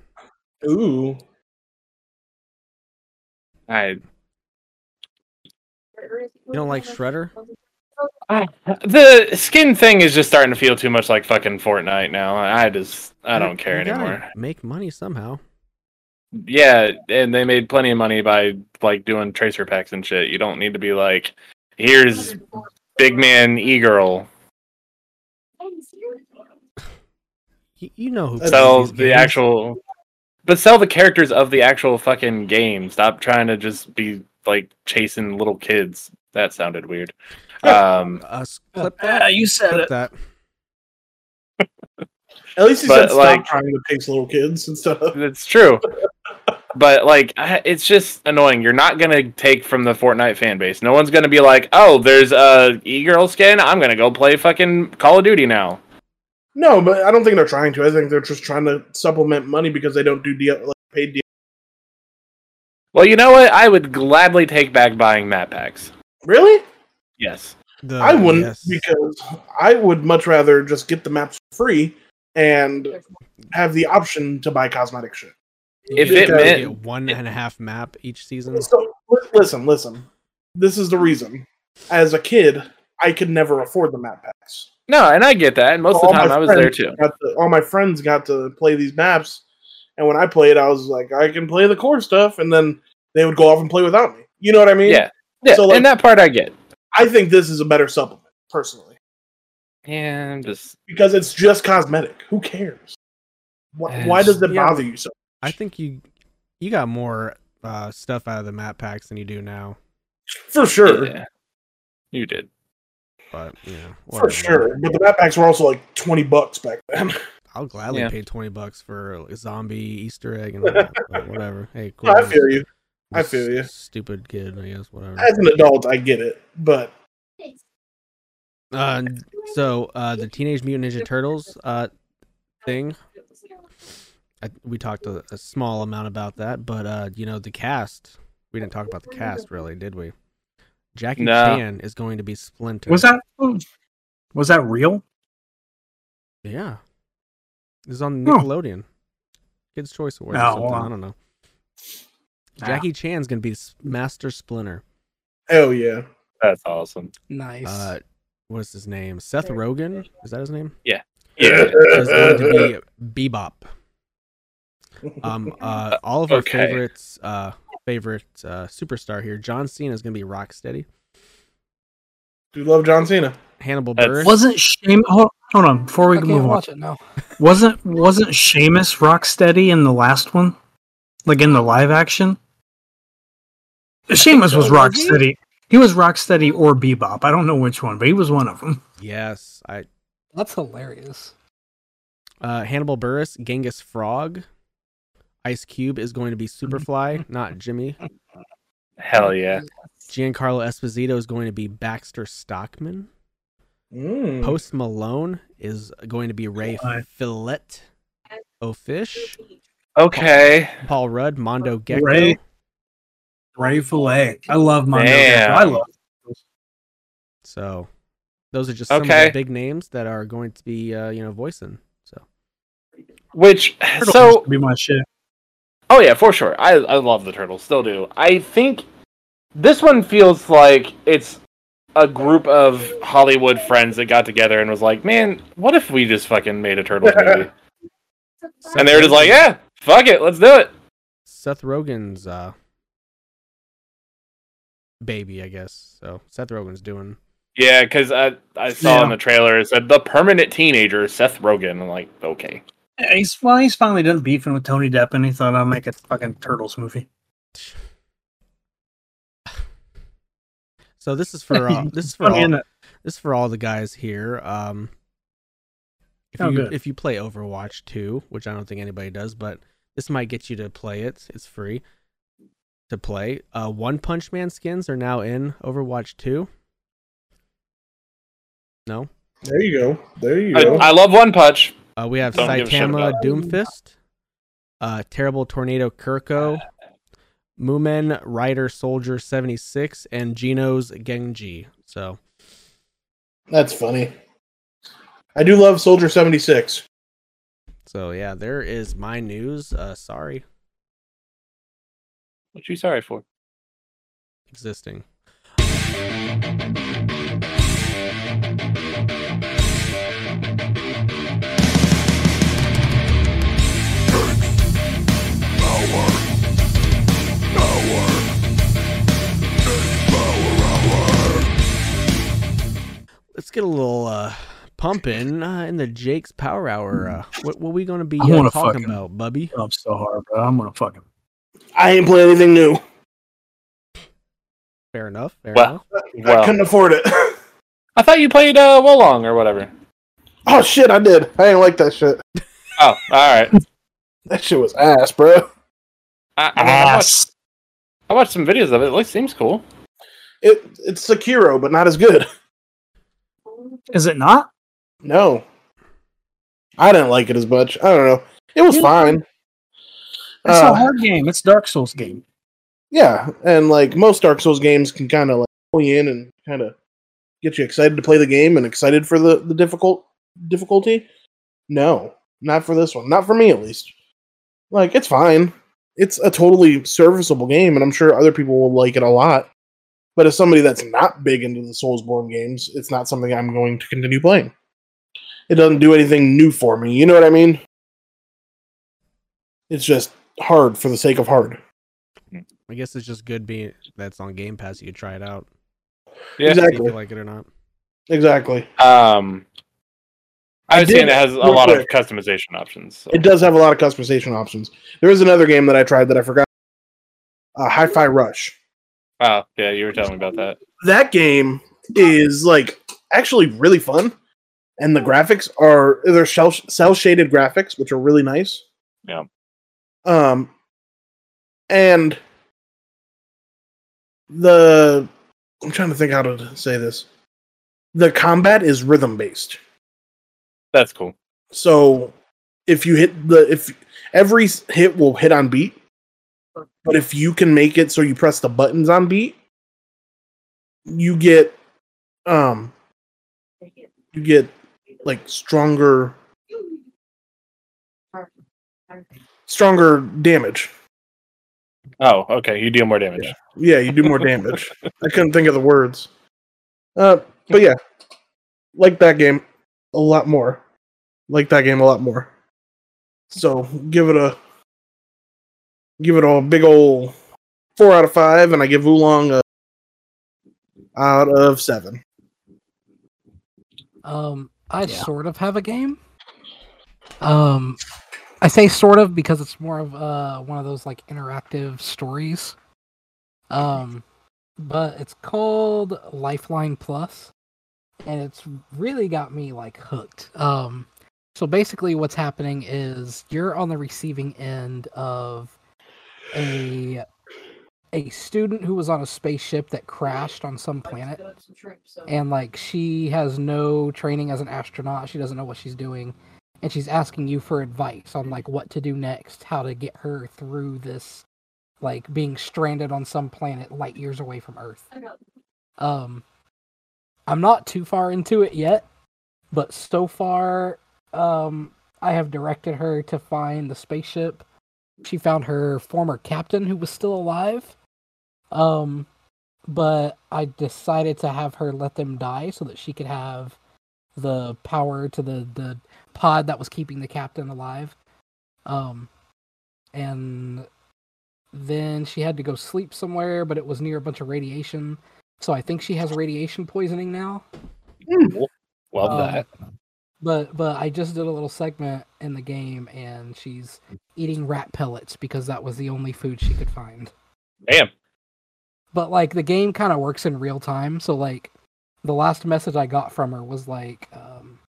Ooh, I You don't like Shredder? the skin thing is just starting to feel too much like fucking Fortnite now. I just I don't care You gotta anymore. Make money somehow. Yeah, and they made plenty of money by like doing tracer packs and shit. You don't need to be like, here's big man e girl. You, you know who That's- Sell plays these the games. actual, but sell the characters of the actual fucking game. Stop trying to just be like chasing little kids. That sounded weird. Um, Us clip Yeah, you said clip it. that. at least he But, said stop like- trying to chase little kids and stuff. That's true. But like, I- it's just annoying. You're not gonna take from the Fortnite fan base. No one's gonna be like, "Oh, there's a e-girl skin. I'm gonna go play fucking Call of Duty now." No, but I don't think they're trying to. I think they're just trying to supplement money because they don't do deal like paid deal. Well, you know what? I would gladly take back buying map packs. Really? Yes, The- I wouldn't yes. because I would much rather just get the maps free and have the option to buy cosmetic shit. if You it gotta meant- get one and a half map each season. So li- listen, listen. This is the reason. As a kid, I could never afford the map packs. no, and I get that. And most of All the my time, I was there friends too. Got to- all my friends got to play these maps, and when I played, I was like, I can play the core stuff, and then they would go off and play without me. You know what I mean? Yeah, yeah. So, like- and that part I get. I think this is a better supplement, personally, Yeah, I'm just because it's just cosmetic. Who cares? Why, why does it Yeah. bother you so? I think you you got more uh, stuff out of the map packs than you do now. For sure, yeah. You did. But you know, for whatever. sure. But the map packs were also like twenty bucks back then. I'll gladly Yeah. pay twenty bucks for a zombie Easter egg and all that, but whatever. Hey, cool. I feel you. I I'm a feel you. s- Stupid kid, I guess. Whatever. As an adult, I get it, but Uh, so uh, the Teenage Mutant Ninja Turtles uh, thing, I, we talked a, a small amount about that, but uh, you know the cast. We didn't talk about the cast really, did we? Jackie No. Chan is going to be Splinter. Was that was that real? Yeah, this is on Huh. Nickelodeon, Kids Choice Awards. Oh, or something. uh, wow. I don't know. Ah. Jackie Chan's gonna be S- Master Splinter. oh yeah, That's awesome. Nice. Uh, what is his name? Seth Rogen. Is that his name? Yeah. is going to be Bebop. Um, uh, all of our Okay. favorites, uh, favorite uh, superstar here. John Cena is going to be Rocksteady. Do you love John Cena? Hannibal That's- Buress. Wasn't Shame? Hold, hold on, before I we can't move on. watch it now. Wasn't wasn't Seamus Rocksteady in the last one? Like in the live action? Seamus was so, was he? Rocksteady. He? He was Rocksteady or Bebop. I don't know which one, but he was one of them. Yes, I That's hilarious. uh, Hannibal Burris, Genghis Frog, Ice Cube is going to be Superfly, not Jimmy. Hell yeah. Giancarlo Esposito is going to be Baxter Stockman. Mm. Post Malone is going to be Ray Hmm. Why? Fillet O'Fish. Okay. Paul Rudd, Mondo Gecko. Ray. Ray Fillet. I love Mondo. Damn. I love. So those are just some of Okay. the big names that are going to be uh, you know voicing. So Which Turtles so would be my shit. Oh yeah, for sure. I I love the turtles, still do. I think this one feels like it's a group of Hollywood friends that got together and was like, "Man, what if we just fucking made a turtles movie?" and they were just like, "Yeah, fuck it, let's do it." Seth Rogen's uh, baby, I guess. So Seth Rogen's doing Yeah, because I I saw Yeah. in the trailer it said the permanent teenager Seth Rogen. I'm like, okay, Yeah, He's well, he's finally done beefing with Tony Depp, and he thought I'll make a fucking Turtles movie. so this is for uh, this is for Funny, all, isn't it? this is for all the guys here. Um, if Oh, you good. if you play Overwatch 2, which I don't think anybody does, but this might get you to play it. It's free to play. Uh, One Punch Man skins are now in Overwatch 2. No, There you go. There you I, go. I love One Punch. uh, we have Don't give a shit Saitama about Doomfist, uh, Terrible Tornado Kurko, Moomin Rider Soldier 76, and Geno's Genji. So That's funny. I do love Soldier 76. so yeah, there is my news. Uh, sorry. What you sorry for? existing. Let's get a little uh, pump in uh, in the Jake's Power Hour. Uh, what, what we going to be I uh, wanna talking fucking- about, Bubby? I'm so hard, bro. I'm gonna fucking. I ain't playing anything new. Fair enough. Fair Well, enough. I Well, couldn't afford it. I thought you played uh, Wolong or whatever. oh shit, I did. I didn't like that shit. Oh, all right. That shit was ass, bro. I, I, mean, Ah. I, watched, I watched some videos of it. It looks seems cool. It it's Sekiro, but not as good. Is it not? No. I didn't like it as much. I don't know. It was You- fine. It's Uh, a hard game. It's Dark Souls game. Yeah, and like most Dark Souls games can kind of like pull you in and kind of get you excited to play the game and excited for the the difficult difficulty. No, not for this one. Not for me at least. Like it's fine. It's a totally serviceable game, and I'm sure other people will like it a lot. But as somebody that's not big into the Soulsborne games, it's not something I'm going to continue playing. It doesn't do anything new for me. You know what I mean? It's just hard for the sake of hard. I guess it's just good being that's on Game Pass. You can try it out, Yeah. see if Exactly. you like it or not. Exactly. Um, I was did- saying it has a real lot of quick. customization options. so- It does have a lot of customization options. There is another game that I tried that I forgot. Uh, Hi-Fi Rush. Oh, yeah, you were telling me about that. That game is like actually really fun, and the graphics are they're cell cell shaded graphics, which are really nice. Yeah. Um, and the I'm trying to think how to say this. The combat is rhythm based. That's cool. So if you hit the if every s- hit will hit on beat, but if you can make it so you press the buttons on beat, you get um you get like stronger stronger damage. Oh, okay, you deal more damage. Yeah, you do more damage. I couldn't think of the words. Uh but yeah. Like that game a lot more. Like that game a lot more. So give it a give it a big old four out of five, and I give Oolong a out of seven. Um, I Yeah. sort of have a game. Um, I say sort of because it's more of uh one of those like interactive stories. Um, but it's called Lifeline Plus, and it's really got me like hooked. Um, so basically, what's happening is you're on the receiving end of a a student who was on a spaceship that crashed on some planet, and like she has no training as an astronaut. She doesn't know what she's doing, and she's asking you for advice on like what to do next, how to get her through this like being stranded on some planet light years away from Earth. Um, I'm not too far into it yet, but so far, um, I have directed her to find the spaceship. She found her former captain who was still alive. Um, but I decided to have her let them die so that she could have the power to the the pod that was keeping the captain alive. Um, and then she had to go sleep somewhere, but it was near a bunch of radiation. So I think she has radiation poisoning now. Hmm. Love Um, that. But but I just did a little segment in the game, and she's eating rat pellets because that was the only food she could find. Damn. But like the game kind of works in real time, so like the last message I got from her was like um,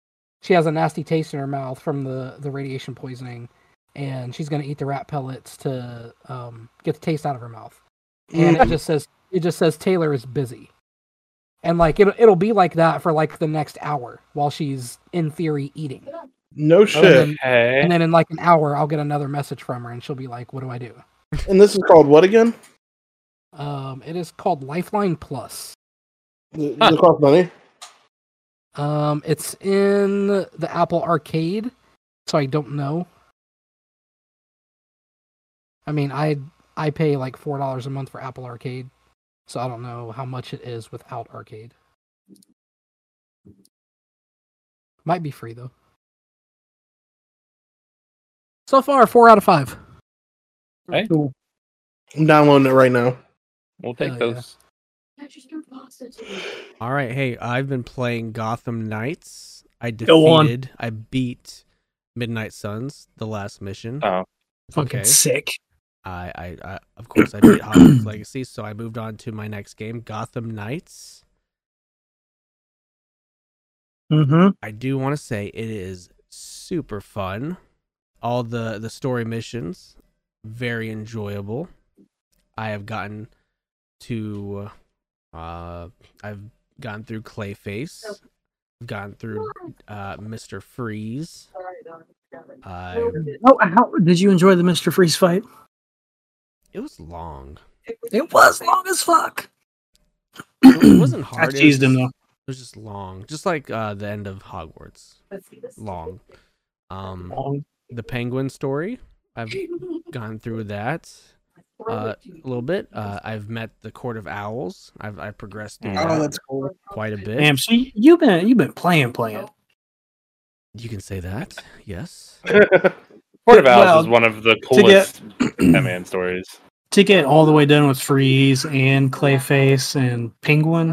she has a nasty taste in her mouth from the the radiation poisoning, and she's gonna eat the rat pellets to um, get the taste out of her mouth. Mm, and it just says it just says Taylor is busy. And like it'll it'll be like that for like the next hour while she's in theory eating. No And shit. then, Hey. and then in like an hour I'll get another message from her and she'll be like, What do I do? And this is called what again? Um it is called Lifeline Plus. The, Huh. the cost money. Um it's in the Apple Arcade, so I don't know. I mean I I pay like four dollars a month for Apple Arcade, so I don't know how much it is without arcade. Might be free though. So far, four out of five. I'm downloading it right now. We'll take Hell yeah. those. All right, hey, I've been playing Gotham Knights. I Go on. defeated, I beat Midnight Suns, the last mission. Oh. Fucking Okay. sick. I, I, I of course I beat Hogwarts Legacy, so I moved on to my next game, Gotham Knights. Mm-hmm. I do want to say it is super fun. All the the story missions very enjoyable. I have gotten to uh I've gone through Clayface. I've gone through uh Mr. Freeze. I How, Oh, how did you enjoy the Mister Freeze fight? it was long. It was long as fuck. It wasn't I hard. It was, teased him though. it was just long. Just like uh the end of Hogwarts. Long. Um the penguin story. I've gone through that uh, a little bit. Uh, I've met the Court of Owls. I've I've progressed through Oh, that that's cool. quite a bit. Damn, so y- you've been you've been playing playing. You can say that. Yes. Court of Owls Well, is one of the to get- coolest Batman stories. To get all the way done with Freeze and Clayface and Penguin.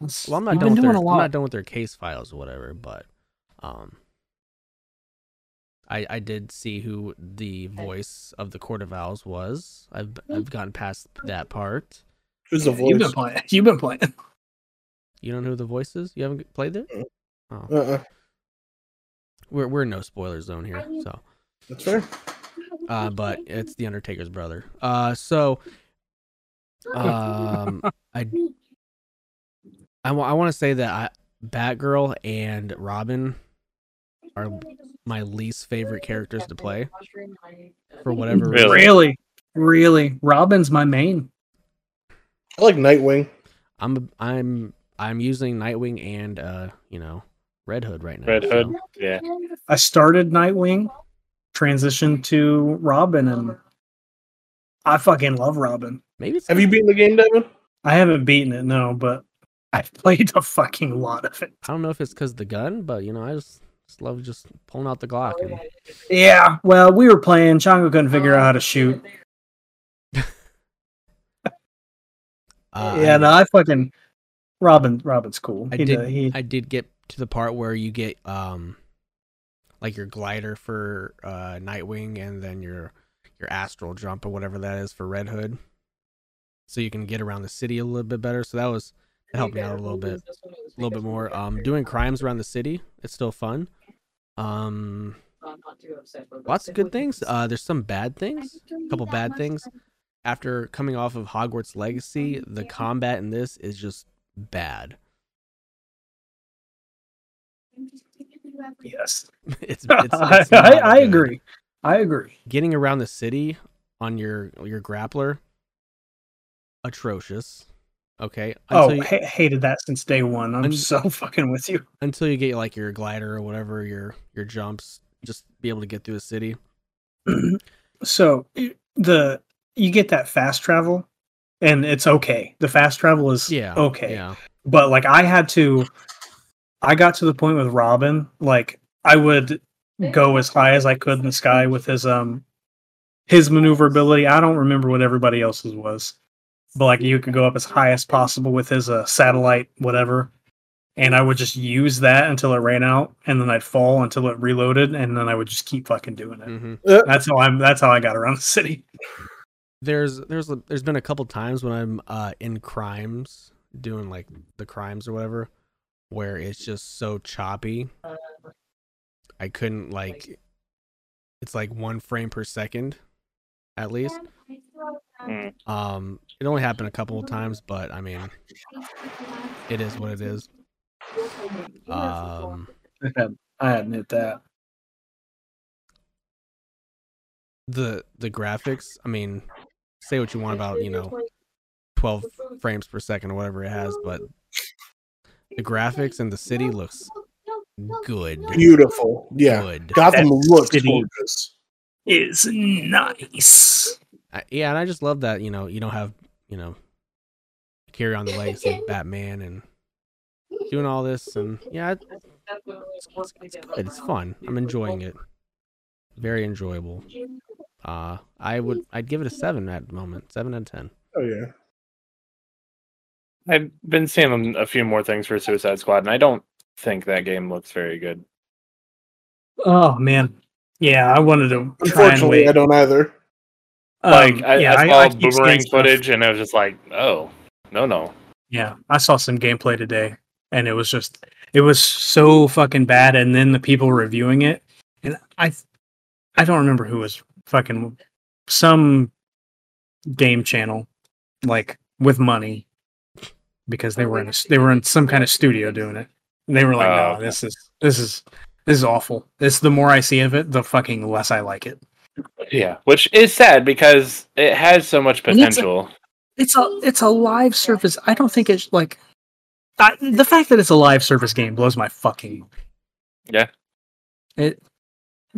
that's- Well, I'm not you've done been with their, doing a I'm lot. not done with their case files or whatever, but um, I I did see who the voice of the Court of Owls was. I've I've gotten past that part. Who's the You've voice? been playing. You've been playing. You don't know who the voice is? You haven't played it? Oh, Uh-uh. we're we're in no spoiler zone here, so. That's fair. uh, but it's the Undertaker's brother. Uh, so, um, I, I, wa- I want to say that I, Batgirl and Robin are my least favorite characters to play for whatever reason. Really? really, really. Robin's my main. I like Nightwing. I'm, I'm, I'm using Nightwing and uh, you know, Red Hood right now. Red Hood. so- Yeah. I started Nightwing, transitioned to Robin, and I fucking love Robin. maybe it's Have you beaten the game, Devin? I haven't beaten it, no, but I've played a fucking lot of it. I don't know if it's because the gun, but you know, I just, just love just pulling out the Glock and Yeah, well, we were playing. Chango couldn't figure out how to shoot. uh, yeah, no, I fucking Robin. Robin's cool. I he did. did. He, I did get to the part where you get um, like your glider for uh Nightwing, and then your your astral jump or whatever that is for Red Hood. so you can get around the city a little bit better. So that was that helped me out a little bit, a little bit more. Um, doing crimes around the city, it's still fun. Um, lots of good things. Uh, there's some bad things. A couple bad things. After coming off of Hogwarts Legacy, the combat in this is just bad. Yes, It's, it's, it's I, I, not I good. agree. I agree. Getting around the city on your your grappler, atrocious. Okay. Oh, you- ha- hated that since day one. I'm Un- so fucking with you. until you get like your glider or whatever your your jumps just be able to get through the city so y- the you get that fast travel, and it's okay. The fast travel is yeah okay. yeah but like I had to I got to the point with Robin like I would go as high as I could in the sky with his um his maneuverability. I don't remember what everybody else's was. But like you could go up as high as possible with his uh, satellite whatever. And I would just use that until it ran out and then I'd fall until it reloaded and then I would just keep fucking doing it. hmm That's how I'm that's how I got around the city. there's there's a- there's been a couple times when i'm uh in crimes doing like the crimes or whatever where it's just so choppy i couldn't like it's like one frame per second at least Mm. um it only happened a couple of times but i mean it is what it is um I had I admit that. the the graphics i mean say what you want about you know 12 frames per second or whatever it has but the graphics and the city looks good Beautiful. Yeah. good Gotham That looks city. gorgeous. It's nice. I, yeah and i just love that you know you don't have you know carry on the legacy of batman and doing all this and yeah it's, it's, it's good it's fun i'm enjoying it very enjoyable uh i would i'd give it a seven at the moment seven out of ten Oh yeah. I've been seeing a few more things for Suicide Squad, and I don't think that game looks very good. Oh man, yeah, I wanted to. Try and Unfortunately, wait. I don't either. Like Um, I, yeah, I saw I keep seeing boomerang stuff. footage, and I was just like, oh, no, no. Yeah, I saw some gameplay today, and it was just it was so fucking bad. And then the people reviewing it, and I, I don't remember who was fucking some game channel, like with money, because they were in a, they were in some kind of studio doing it. And they were like, Oh, no, this is this is this is awful. This the more I see of it, the fucking less I like it. Yeah, which is sad because it has so much And it's a- potential. it's a it's a live service. I don't think it's like I, the fact that it's a live service game blows my fucking Yeah. It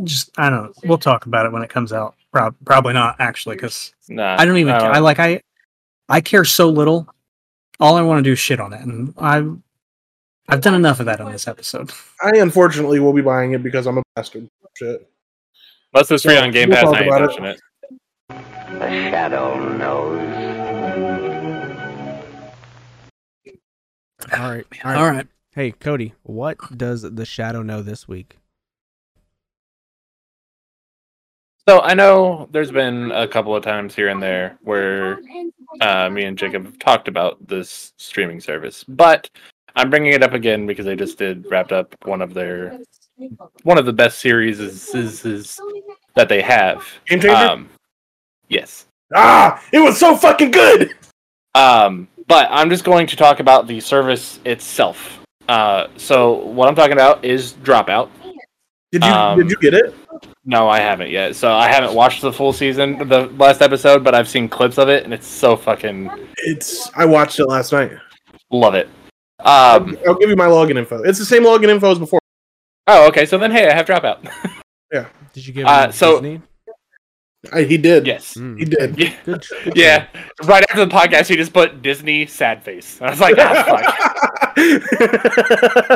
just I don't. know. We'll talk about it when it comes out. Prob- probably not actually because Nah, I don't even. I like I I care so little. All I want to do is shit on it, and I I've done enough of that on this episode. I unfortunately will be buying it because I'm a bastard. Shit. Unless it's free on Game We'll Pass, talk I ain't about it. touching it. The shadow knows. all right all right All right. Hey, Cody, what does the shadow know this week? So I know there's been a couple of times here and there where uh, me and Jacob have talked about this streaming service, but I'm bringing it up again because they just did wrapped up one of their one of the best series is, is, is that they have. Game changer. Um, yes. ah, it was so fucking good. Um, but I'm just going to talk about the service itself. Uh, so what I'm talking about is Dropout. Did you Um, did you get it? No, I haven't yet. So I haven't watched the full season, the last episode, but I've seen clips of it, and it's so fucking It's I watched it last night. love it. Um, I'll give you my login info. It's the same login info as before. oh, okay. So then, hey, I have Dropout. Did you give Uh, him so- Disney? I, he did. yes. Mm, He did. Yeah. good, ch- good Yeah. Right after the podcast, he just put Disney sad face. I was like, ah, fuck.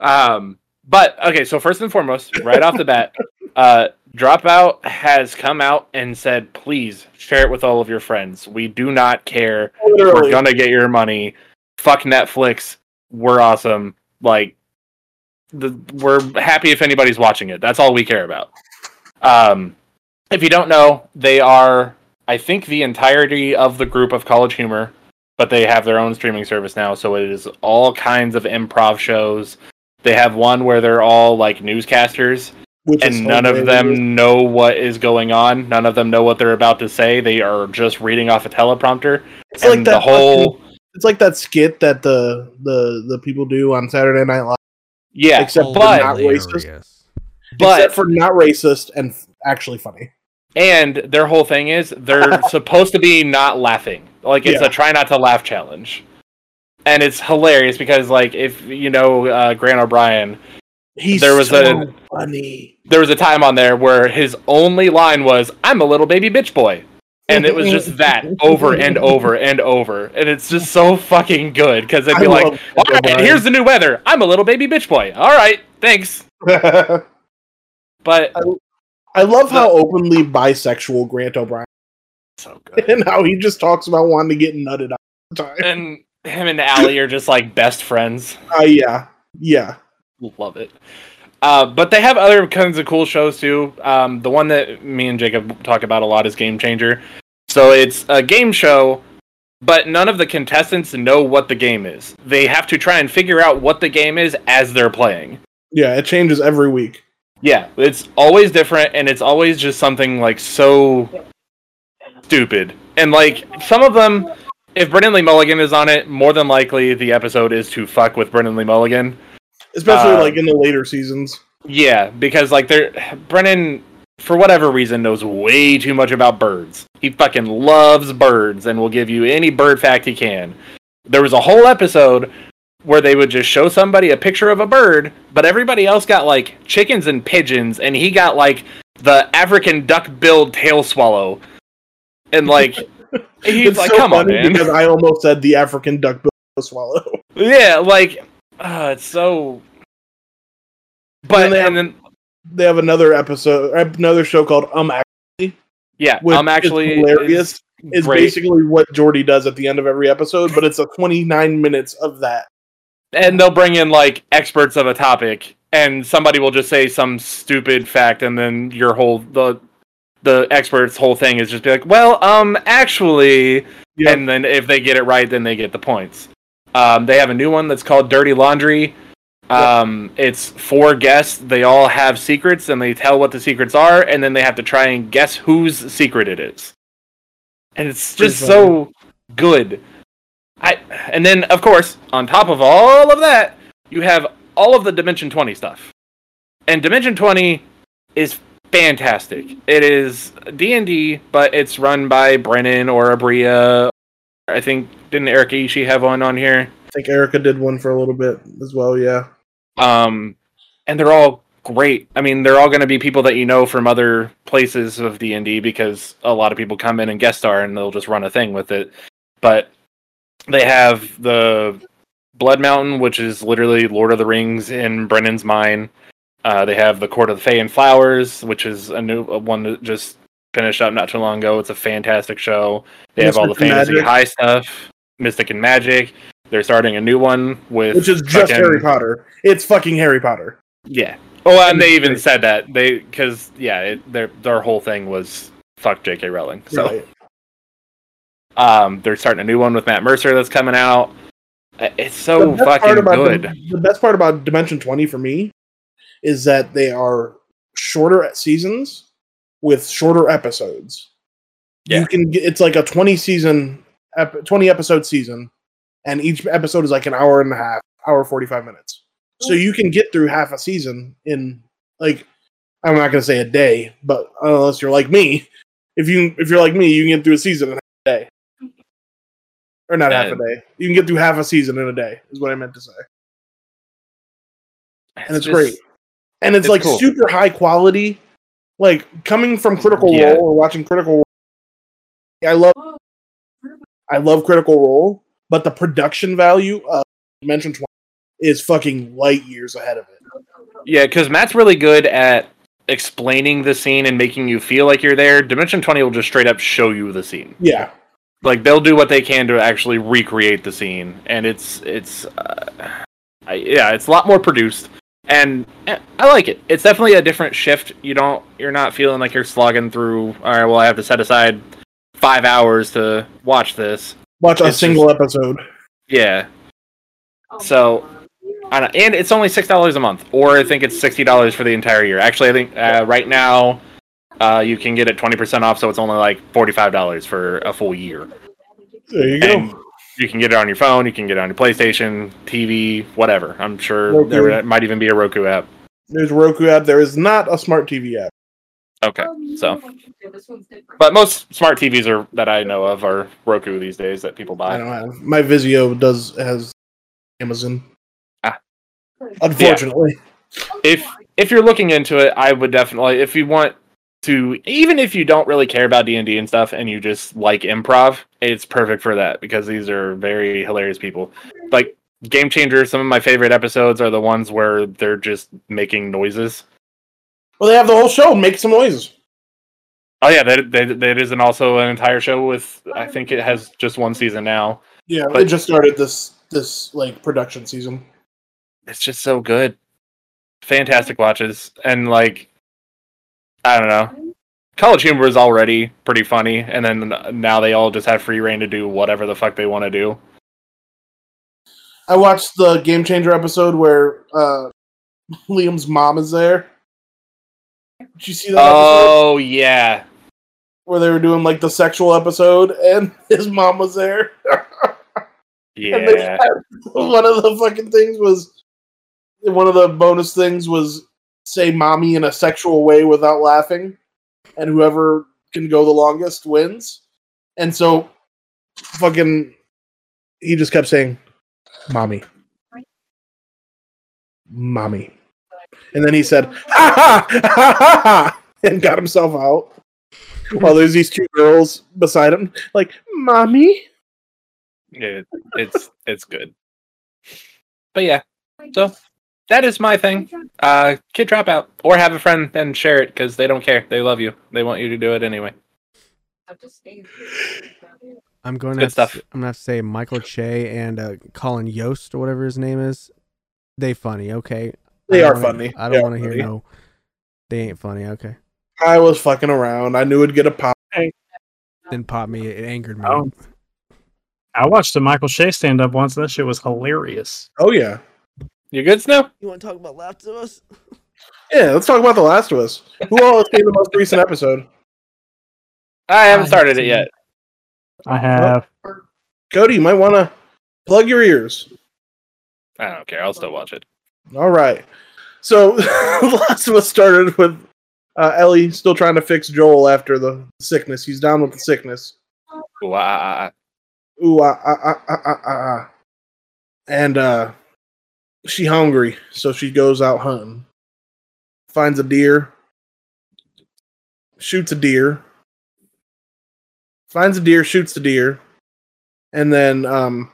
Um, but okay, so first and foremost, right off the bat, uh, Dropout has come out and said, please share it with all of your friends. We do not care. We're Literally. gonna get your money. Fuck Netflix. We're awesome. Like, the, we're happy if anybody's watching it. That's all we care about. Um, if you don't know, they are. I I think the entirety of the group of College Humor, but they have their own streaming service now, so it is all kinds of improv shows. They have one where they're all like newscasters Which and none of them know what is going on. None of them know what they're about to say. They are just reading off a teleprompter. It's and like that the whole fucking- it's like that skit that the the the people do on Saturday Night Live, yeah, except for but- not racist. Hilarious. but except for not racist and f- actually funny. and their whole thing is they're supposed to be not laughing. Like it's Yeah. a try not to laugh challenge, and it's hilarious because like if you know uh, Grant O'Brien, He's There was so a- funny. there was a time on there where his only line was "I'm a little baby bitch boy." And it was just that over and over and over, and it's just so fucking good because they'd be I like, love All Grant right, here's the new weather. I'm a little baby bitch boy. All right, thanks. O'Brien. But I love how openly bisexual Grant O'Brien so is good. and how he just talks about wanting to get nutted all the time. And him and Allie are just like best friends. Uh, yeah, yeah. Love it. Uh, but they have other kinds of cool shows too. Um, the one that me and Jacob talk about a lot is Game Changer. So it's a game show, but none of the contestants know what the game is. They have to try and figure out what the game is as they're playing. Yeah, it changes every week. Yeah, it's always different, and it's always just something like so stupid. And like some of them, if Brennan Lee Mulligan is on it, more than likely the episode is to fuck with Brennan Lee Mulligan. Especially Um, like in the later seasons. Yeah, because like they're Brennan, for whatever reason, knows way too much about birds. He fucking loves birds and will give you any bird fact he can. There was a whole episode where they would just show somebody a picture of a bird, but everybody else got like chickens and pigeons, and he got like the African duck-billed tail swallow. And like he's it's like, so "Come on, funny man." because I almost said the African duck bill swallow. yeah, like uh, it's so. But they have- and then They have another episode, another show called Um Act, yeah, which I'm actually is hilarious. It's great. basically what Jordy does at the end of every episode, but it's a 29 minutes of that. and they'll bring in like experts of a topic and somebody will just say some stupid fact and then your whole the the expert's whole thing is just be like well um actually Yeah. and then if they get it right then they get the points um, they have a new one that's called dirty laundry um, it's four guests they all have secrets and they tell what the secrets are and then they have to try and guess whose secret it is and it's Pretty just so good I, and then of course on top of all of that you have all of the dimension 20 stuff and dimension 20 is fantastic it is d&d but it's run by brennan or abria i think didn't erica ishii have one on here I think Erica did one for a little bit as well. Yeah. um, and they're all great. I mean, they're all going to be people that you know from other places of D and D because a lot of people come in and guest star and they'll just run a thing with it. But they have the Blood Mountain, which is literally Lord of the Rings in Brennan's mind. Uh, they have the Court of the Fae and Flowers, which is a new a one that just finished up not too long ago. It's a fantastic show. They have all the Mystic and fantasy Magic. high stuff, Mystic and Magic. They're starting a new one with Which is just fucking- Harry Potter. It's fucking Harry Potter. yeah. Oh, and they it's even great. said that they because yeah, it, their their whole thing was fuck J.K. Rowling. So Right. um, they're starting a new one with Matt Mercer that's coming out. Uh, It's The so best part fucking about good. Dim- the best part about Dimension 20 for me is that they are shorter seasons with shorter episodes. Yeah. You can get, it's like a 20 season ep- 20 episode season and each episode is like an hour and a half, hour 45 minutes. So you can get through half a season in like I'm not going to say a day, but unless you're like me, if you if you're like me, you can get through a season in a day. Or not half a day. You can get through half a season in a day, is what I meant to say. And it's, just- great. And it's, it's like cool. super high quality. Like coming from Critical Yeah. Role or watching Critical Role. I love I love Critical Role, but the production value of Dimension 20 is fucking light years ahead of it. Yeah, because Matt's really good at explaining the scene and making you feel like you're there. Dimension Twenty will just straight up show you the scene. Yeah. like they'll do what they can to actually recreate the scene and it's it's uh, I, yeah it's a lot more produced and eh, i like it it's definitely a different shift you don't you're not feeling like you're slogging through all right well i have to set aside five hours to watch this. Watch a It's single episode. Yeah. Oh, So, I don't- and it's only six dollars a month, or I think it's sixty dollars for the entire year. Actually, I think uh, right now uh, you can get it twenty percent off, so it's only like forty-five dollars for a full year. There you And go. you can get it on your phone, you can get it on your PlayStation, TV, whatever. I'm sure Roku. there might even be a Roku app. There's a Roku app. There is not a smart TV app. Okay, Um, so. But most smart TVs are that I know of are Roku these days that people I buy. don't have my Vizio does has Amazon. Ah. Unfortunately, If if you're looking into it, I would definitely if you want to even if you don't really care about D&D and stuff and you just like improv, it's perfect for that because these are very hilarious people. Like Game Changer, some of my favorite episodes are the ones where they're just making noises. well, they have the whole show make some noises. Oh yeah, that that, that isn't also an entire show with I think it has just one season now. Yeah, But- it just started this this like production season. it's just so good. Fantastic watches. And like I don't know. College humor is already pretty funny, and then now they all just have free reign to do whatever the fuck they want to do. I watched the Game Changer episode where uh, Liam's mom is there. Did you see that episode Oh yeah. where they were doing like the sexual episode and his mom was there? And they Yeah. had- one of the fucking things was one of the bonus things was say mommy in a sexual way without laughing, and whoever can go the longest wins. And so, fucking, he just kept saying, "Mommy, mommy," and then he said, "Ha ha ha ha ha," and got himself out. While there's these two girls beside him, like, "Mommy." It, it's it's good. But yeah. So that is my thing. Uh kid dropout. Or have a friend and share it because they don't care. They love you. They want you to do it anyway. I'm going to have Good to s- stuff. I'm gonna have to say Michael Che and uh, Colin Yost or whatever his name is. They funny, okay. I They don't are wanna- funny. I They don't are want to hear funny. no. They ain't funny, okay. I was fucking around. I knew it'd get a pop. Then pop me. It angered me. Oh. I watched a Michael Shea stand up once. That shit was hilarious. Oh yeah, You good, Snow? You want to talk about Last of Us? yeah. Let's talk about the Last of Us. Who all has seen the most recent episode? I haven't I started it see. yet. I have. Cody, you might want to plug your ears. I don't care. I'll still watch it. All right. So the Last of Us started with uh, Ellie still trying to fix Joel after the sickness. He's down with the sickness. Ooh, ah, ah, ah. Ooh ah ah ah ah ah. ah, ah. And uh, she hungry, so she goes out hunting. Finds a deer. Shoots a deer. Finds a deer, shoots the deer, and then um.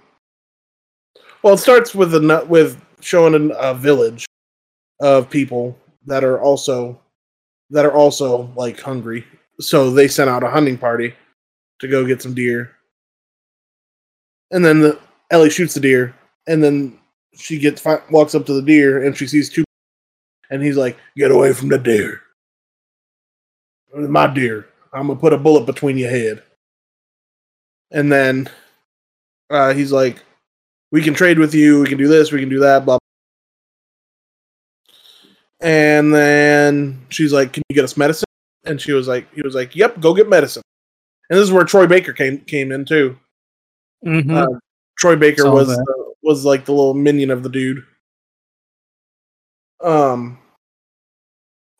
Well, it starts with a nu- with showing an, a village of people that are also that are also like hungry. So they sent out a hunting party to go get some deer and then the, Ellie shoots the deer, and then she gets fi- walks up to the deer, and she sees two, and he's like, "Get away from the deer, my deer! I'm gonna put a bullet between your head." And then uh, he's like, "We can trade with you. We can do this. We can do that." Blah. And then she's like, "Can you get us medicine?" And she was like, "He was like, yep, go get medicine." And this is where Troy Baker came came in too. Mhm. Uh, Troy Baker Saw was that. the, was like the little minion of the dude. Um,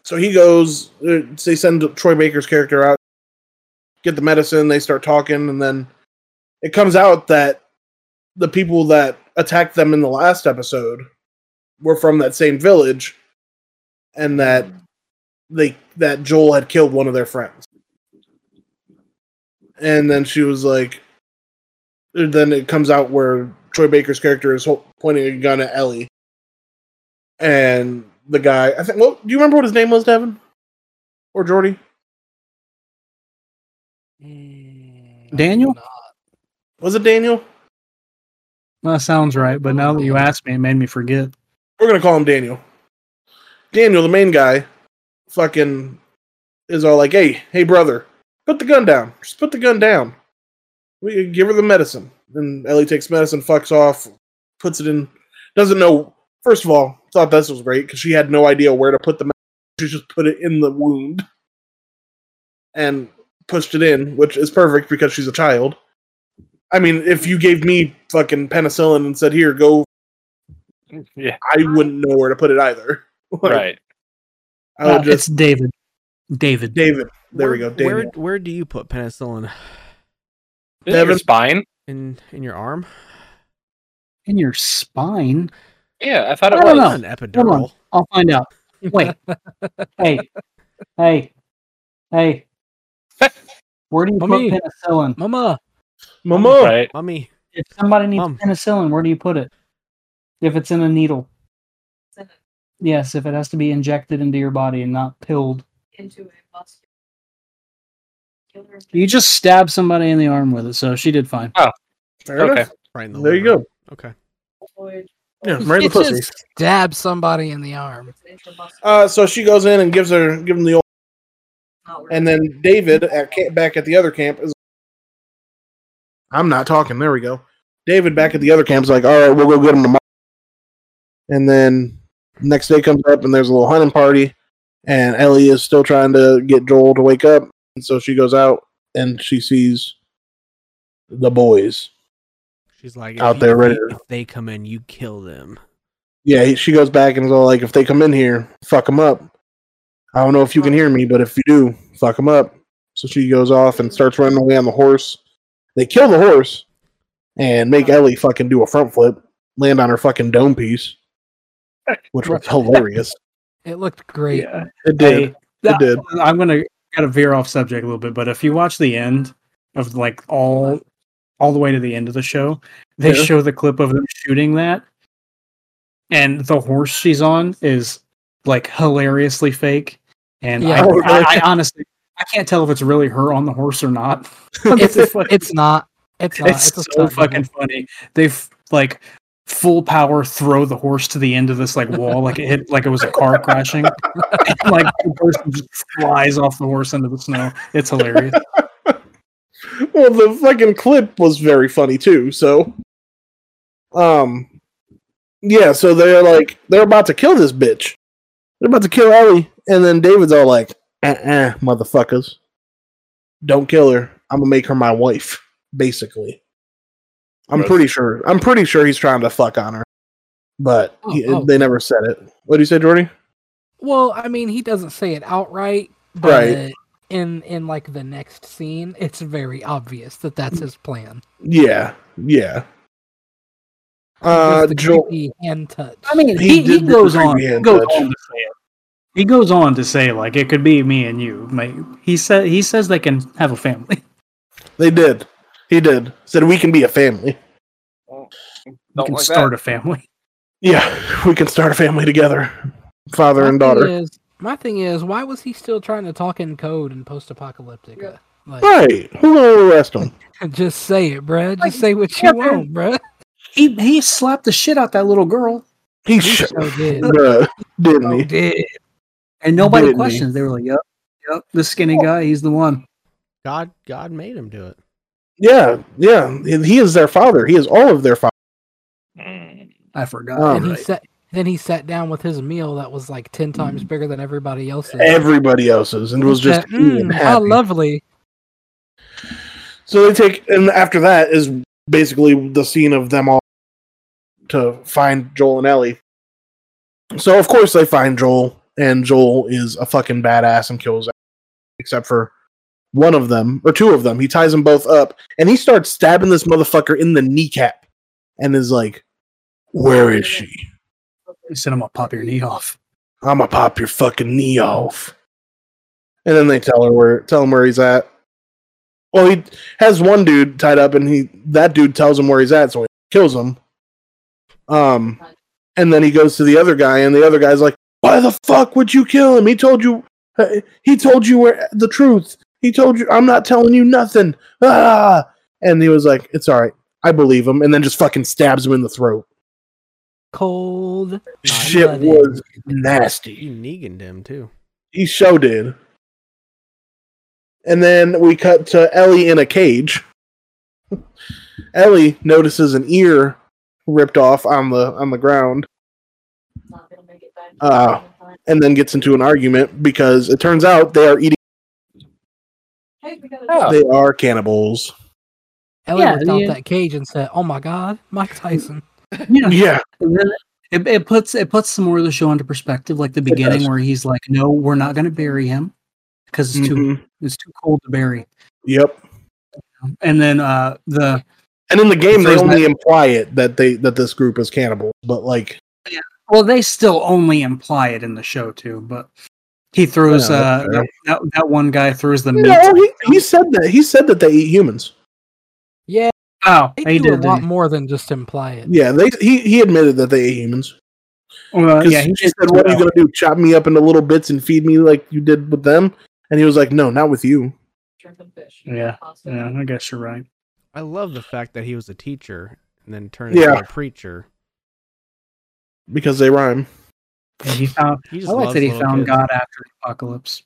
so he goes. uh, They send Troy Baker's character out, get the medicine. They start talking, and then it comes out that the people that attacked them in the last episode were from that same village, and that they that Joel had killed one of their friends. And then she was like, then it comes out where Troy Baker's character is hol- pointing a gun at Ellie, and the guy. I think. Well, do you remember what his name was, Devin, or Jordy? Daniel? Was it Daniel? That sounds right, but now that you asked me, it made me forget. We're gonna call him Daniel. Daniel, the main guy, fucking is all like, "Hey, hey, brother, Put the gun down. Just put the gun down. We give her the medicine. Then Ellie takes medicine, fucks off, puts it in. Doesn't know. First of all, thought this was great because she had no idea where to put the. Med- she just put it in the wound, and pushed it in, which is perfect because she's a child. I mean, if you gave me fucking penicillin and said, "Here, go," Yeah. I wouldn't know where to put it either. Like, right. I Uh, would just it's David. David. David. There we go. Where- David. Where where do you put penicillin Is it your Devin- spine? in in your arm? in your spine. Yeah, I thought it I don't was. know. Not an epidural. I'll find out. Wait. hey. Hey. Hey. Where do you Mommy. put penicillin? Mama, Mama. Right. Mommy. If somebody needs Mom. penicillin, where do you put it? If it's in a needle. Yes, if it has to be injected into your body and not pilled. into a muscular. You just stab somebody in the arm with it, so she did fine. Fair enough. Okay. Right in the There you liver. go. Okay. Void. Yeah, right in the it pussy. just stab somebody in the arm. It's intramuscular. Uh, so she goes in and gives her give him the old, not where and then David at camp, back at the other camp is. I'm not talking. There we go. David back at the other camp's like, all right, we'll go get him tomorrow. And then next day comes up and there's a little hunting party, and Ellie is still trying to get Joel to wake up, and so she goes out and she sees the boys. She's like if Out you- there if ready they- to- If they come in, you kill them. Yeah, he- she goes back and is all like, if they come in here, fuck them up. I don't know if you can hear me, but if you do, fuck them up. So she goes off and starts running away on the horse. They kill the horse and make Ellie fucking do a front flip, land on her fucking dome piece, which was hilarious. It looked great. Yeah. It did. Hey, It did. I'm gonna gotta veer off subject a little bit, but if you watch the end of like all all the way to the end of the show, they Yeah. show the clip of them shooting that, and the horse she's on is like hilariously fake, and Yeah. I, I, I honestly I can't tell if it's really her on the horse or not. It's it's not. It's not. Uh, it's a so stunt double. fucking funny. They've like full power throw the horse to the end of this like wall, like it hit like it was a car crashing. And, like the person just flies off the horse into the snow. It's hilarious. Well, the fucking clip was very funny too. So, um, yeah. So they're like, they're about to kill this bitch. They're about to kill Ellie, and then David's all like, "Uh-uh, motherfuckers, don't kill her. I'm gonna make her my wife." Basically, I'm Gross. pretty sure. I'm pretty sure he's trying to fuck on her, but he, Oh, oh. they never said it. What do you say, Jordy? Well, I mean, he doesn't say it outright, but Right. in in like the next scene, it's very obvious that that's his plan. Yeah, yeah. Uh, Just the Joel. creepy hand touch. I mean, He he, he, did do goes creepy on. He hand goes touch. on to say it. He goes on to say like it could be me and you. Like, he said he says they can have a family. They did. He did. Said we can be a family. We Don't can like start that. a family. Yeah, we can start a family together, father My and thing daughter. Is, my thing is, why was he still trying to talk in code in post apocalyptica? Like, Right? Who gonna arrest him? just say it, bruh. Just Like, say what yeah, you man. want, bruh. He he slapped the shit out that little girl, He He sh- Oh, so did. bruh, didn't So he? did. and nobody Didn't he? Oh. questions. They were like, "Yep, yep, the skinny guy, he's the one." God God made him do it. Yeah, yeah. He is their father. He is all of their father. Mm. I forgot. Oh, And he right. sat. Then he sat down with his meal that was like ten times bigger than everybody else's. Everybody else's, and He Mm. was just said, eating "Mm, how happy. lovely. so they take, and after that is basically the scene of them all to find Joel and Ellie. So of course they find Joel, and Joel is a fucking badass and kills, except for one of them or two of them. He ties them both up, and he starts stabbing this motherfucker in the kneecap, and is like, "Where is she? He said, "I'm gonna pop your knee off." I'ma pop your fucking knee off." And then they tell her where tell him where he's at. Well, he has one dude tied up, and he that dude tells him where he's at, so he kills him. Um, and then he goes to the other guy, and the other guy's like, "Why the fuck would you kill him? He told you, he told you where the truth. He told you, I'm not telling you nothing." Ah! And he was like, "It's all right, I believe him," and then just fucking stabs him in the throat. Cold. Shit blooded. was nasty. You Negan him too. He so did. And then we cut to Ellie in a cage. Ellie notices an ear ripped off on the on the ground Not gonna make it back. Uh, and then gets into an argument because it turns out they are eating Hey, we gotta Oh. they are cannibals. Ellie Yeah, ripped off yeah. that cage and said, "Oh my God, Mike Tyson." Yeah. Yeah. And then it, it puts it puts some more of the show into perspective, like the beginning does. where he's like, "No, we're not going to bury him because it's too Mhm. it's too cold to bury." Yep. And then uh, the And in the game they Throws only imply it that they that this group is cannibals, but like well, they still only imply it in the show too, but he throws Yeah, uh, that's that, that that one guy throws the meat. no, he, he said that he said that they eat humans. Yeah, Oh, they he do did. a lot didn't more than just imply it. Yeah, they he, he admitted that they ate humans. he? Well, 'Cause Uh, yeah, he she did said, "What are you throw- gonna do? Chop me up into little bits and feed me like you did with them?" And he was like, "No, not with you." shrimp and fish. Yeah, Pasta. Yeah, I guess you're right. I love the fact that he was a teacher and then turned into Yeah. a preacher. Because they rhyme. And he found. He just I like loves that he little found kids. God after the apocalypse.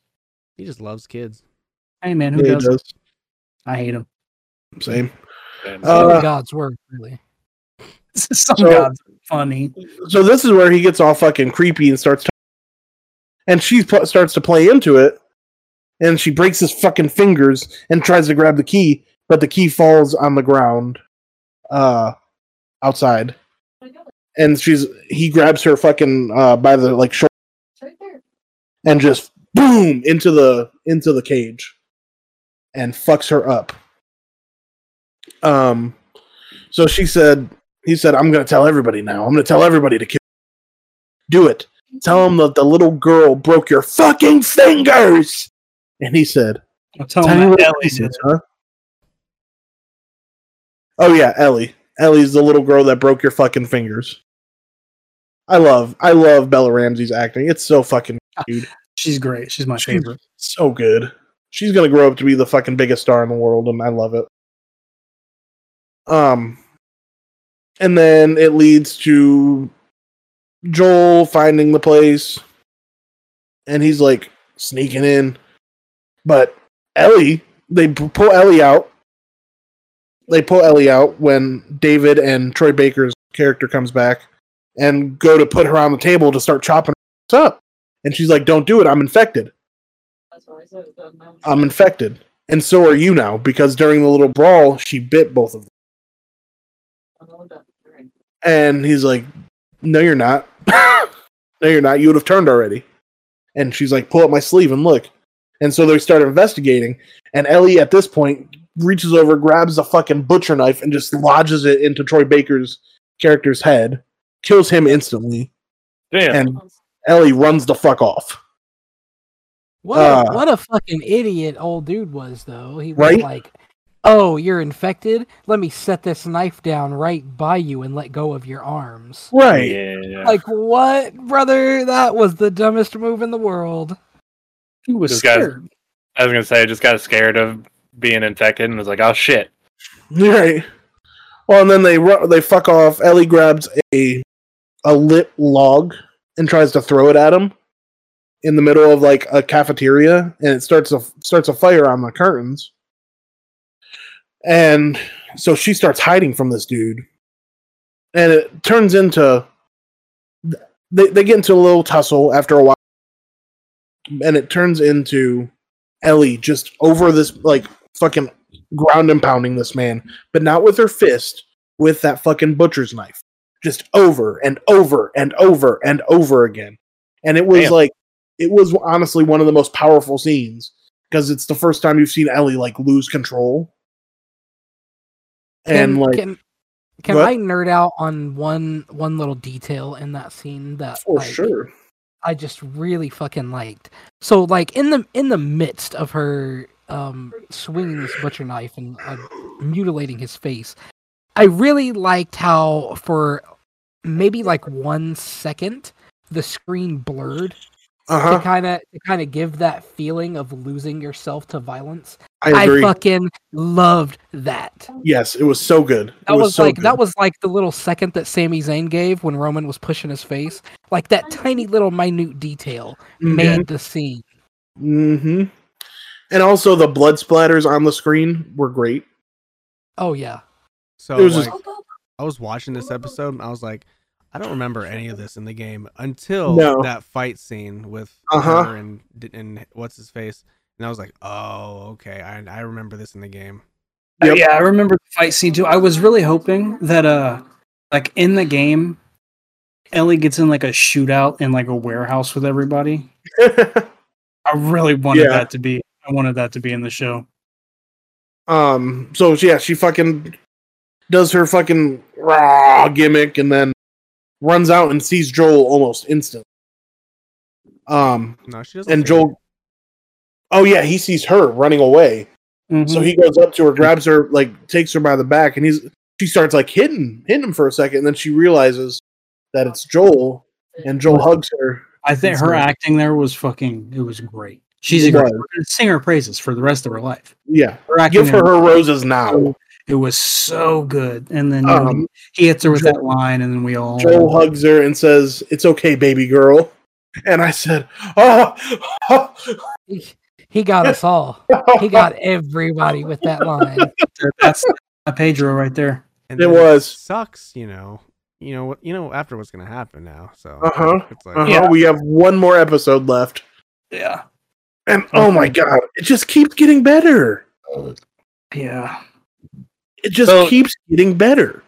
He just loves kids. Hey man, who Yeah, he does? does. I hate him. Same. And- It's only Uh, God's word, really. Some So- gods are funny. So this is where he gets all fucking creepy and starts. and she pl- starts to play into it, and she breaks his fucking fingers and tries to grab the key, but the key falls on the ground, uh, outside. Oh my God, And she's he grabs her fucking uh by the like shoulder it's right there. and just boom into the into the cage, and fucks her up. Um, so she said, he said, I'm gonna tell everybody now. I'm gonna tell everybody to kill. Do it. Tell him that the little girl broke your fucking fingers. And he said, I'll tell "Tiny him that little Oh, Ellie pieces, did huh? Oh yeah, Ellie. Ellie's the little girl that broke your fucking fingers. I love, I love Bella Ramsey's acting. It's so fucking She's great. She's my She's- favorite. so good. She's gonna grow up to be the fucking biggest star in the world, and I love it. Um, and then it leads to Joel finding the place, and he's like sneaking in, but Ellie, they p- pull Ellie out. They pull Ellie out when David and Troy Baker's character comes back, and go to put her on the table to start chopping her up, and she's like, "Don't do it! I'm infected." That's why I said it doesn't matter. I'm infected. And so are you now, because during the little brawl, she bit both of them. I'm all done. All right. And he's like, No, you're not. no, you're not. You would have turned already. And she's like, Pull up my sleeve and look. And so they start investigating. And Ellie, at this point, reaches over, grabs a fucking butcher knife, and just lodges it into Troy Baker's character's head, kills him instantly. Damn. And Ellie runs the fuck off. What Uh. a, what a fucking idiot old dude was though. He was Right? like, "Oh, you're infected. Let me set this knife down right by you and let go of your arms." Right. Yeah. Like what, brother? That was the dumbest move in the world. He was This guy's- scared. I was gonna say I just got scared of being infected and was like, oh shit. Right. Well, and then they ru- they fuck off. Ellie grabs a a lit log and tries to throw it at him in the middle of like a cafeteria, and it starts a starts a fire on the curtains. And so she starts hiding from this dude, and it turns into they they get into a little tussle after a while, and it turns into Ellie just over this like fucking ground and pounding this man, but not with her fist, with that fucking butcher's knife. Just over and over and over and over again. And it was Damn. like, it was honestly one of the most powerful scenes because it's the first time you've seen Ellie like lose control. And Can- like, can, can what? I nerd out on one one little detail in that scene that for like, sure. I just really fucking liked. So like in the in the midst of her um swinging this butcher knife and uh, mutilating his face, I really liked how for maybe like one second the screen blurred Uh to huh. kind of to kind of give that feeling of losing yourself to violence. I I, agree. fucking loved that. yes, it was so good. It That was, so like good. that was like the little second that Sami Zayn gave when Roman was pushing his face. Like that tiny little minute detail Mhm. made the scene. Mm-hmm. And also the blood splatters on the screen were great. Oh yeah. So It was like, just- oh, I was watching this episode and I was like, I don't remember any of this in the game until No. that fight scene with Uh-huh. her and and what's his face, and I was like, oh okay, I I remember this in the game. Yep. Yeah, I remember the fight scene too. I was really hoping that uh like in the game Ellie gets in like a shootout in like a warehouse with everybody. I really wanted Yeah. that to be I wanted that to be in the show. um so yeah, she fucking does her fucking raw gimmick and then runs out and sees Joel almost instant. Um No, she doesn't. and say Joel Oh yeah, he sees her running away. So Mhm. he goes up to her, grabs her, like takes her by the back, and he's she starts like hitting hitting him for a second, and then she realizes that it's Joel, and Joel hugs her. I think her acting there was fucking it was great. She's a It great was. we're gonna sing her praises for the rest of her life. Yeah, Her acting give her there- her roses Oh, now. it was so good. And then you know, Um, he hits her with Joel- that line and then we all Joel oh. hugs her and says, "It's okay, baby girl." And I said, "Oh, He, he got us all. He got everybody with that line. that's Pedro right there. And It then was. sucks, you know. You know what? You know after what's gonna happen now. So Uh-huh. it's like Uh-huh, we have one more episode left." Yeah. And oh my god, it just keeps getting better. Yeah. It just So- keeps getting better.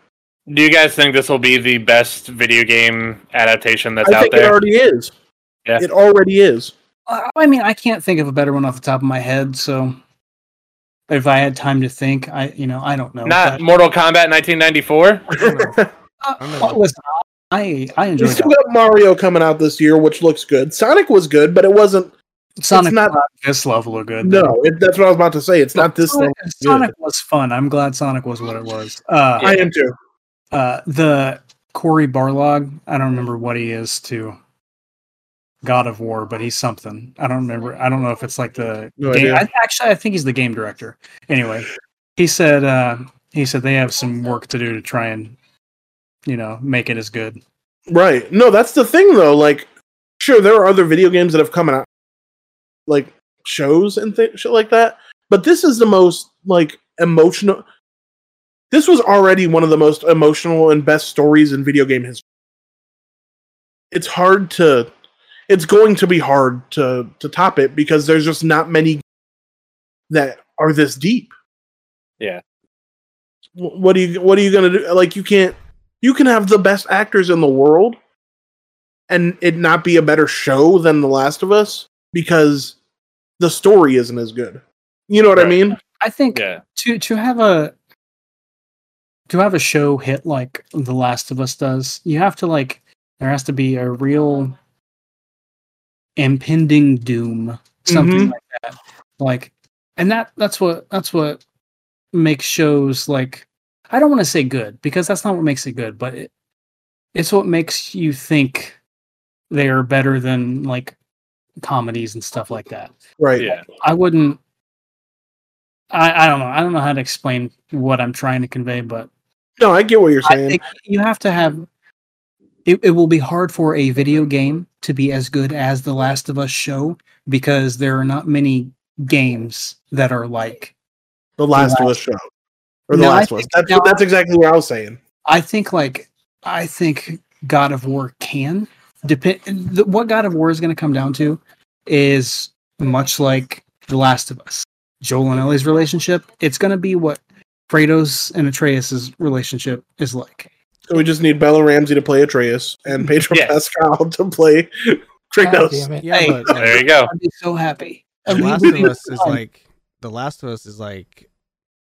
Do you guys think this will be the best video game adaptation that's I out think it there? already is. Yeah. It already is. Uh, I mean, I can't think of a better one off the top of my head. So, if I had time to think, I you know, I don't know. Not but- Mortal Kombat 1994. I don't know. Uh, I'm not- well, listen, I I We enjoyed still that. got Mario coming out this year, which looks good. Sonic was good, but it wasn't. Sonic not- not this level of good. though. No, it, that's what I was about to say. It's not this. Sonic, Sonic, Sonic was fun. I'm glad Sonic was what it was. Uh, I am too. uh, the Corey Barlog. I don't remember what he is to God of War, but he's something. I don't remember. I don't know if it's like the No game. idea. I, actually, I think he's the game director. Anyway, he said uh, he said they have some work to do to try and you know make it as good. Right. No, that's the thing though. Like, sure, there are other video games that have come out, like shows and th- shit like that. But this is the most like emotional. This was already one of the most emotional and best stories in video game history. It's hard to. It's going to be hard to to top it because there's just not many that are this deep. Yeah. Wh- What are you What are you gonna do? Like, you can't. You can have the best actors in the world, and it not be a better show than The Last of Us because the story isn't as good. You know what I Right. mean? I think Yeah. to to have a to have a show hit like The Last of Us does, you have to like there has to be a real impending doom, something Mhm. like that. Like, and that that's what that's what makes shows like I don't want to say good because that's not what makes it good, but it, it's what makes you think they are better than like comedies and stuff like that. Right. Yeah. I wouldn't. I, I don't know. I don't know how to explain what I'm trying to convey, but No, I get what you're I saying. think you have to have. It, it will be hard for a video game to be as good as The Last of Us show because there are not many games that are like. the Last of Last- Us show. Or the No, I Last of Us. think- That's, no, I- that's exactly what I was saying. I think like I think God of War can depend. The, what God of War is going to come down to is much like The Last of Us, Joel and Ellie's relationship. It's going to be what Kratos and Atreus's relationship is like. So we just need Bella Ramsey to play Atreus Mm, and Pedro Yeah. Pascal to play God Kratos. damn it. yeah, Hey. but like, There you go. I'd be so happy. The And we Last would of be Us is fine. like The Last of Us is like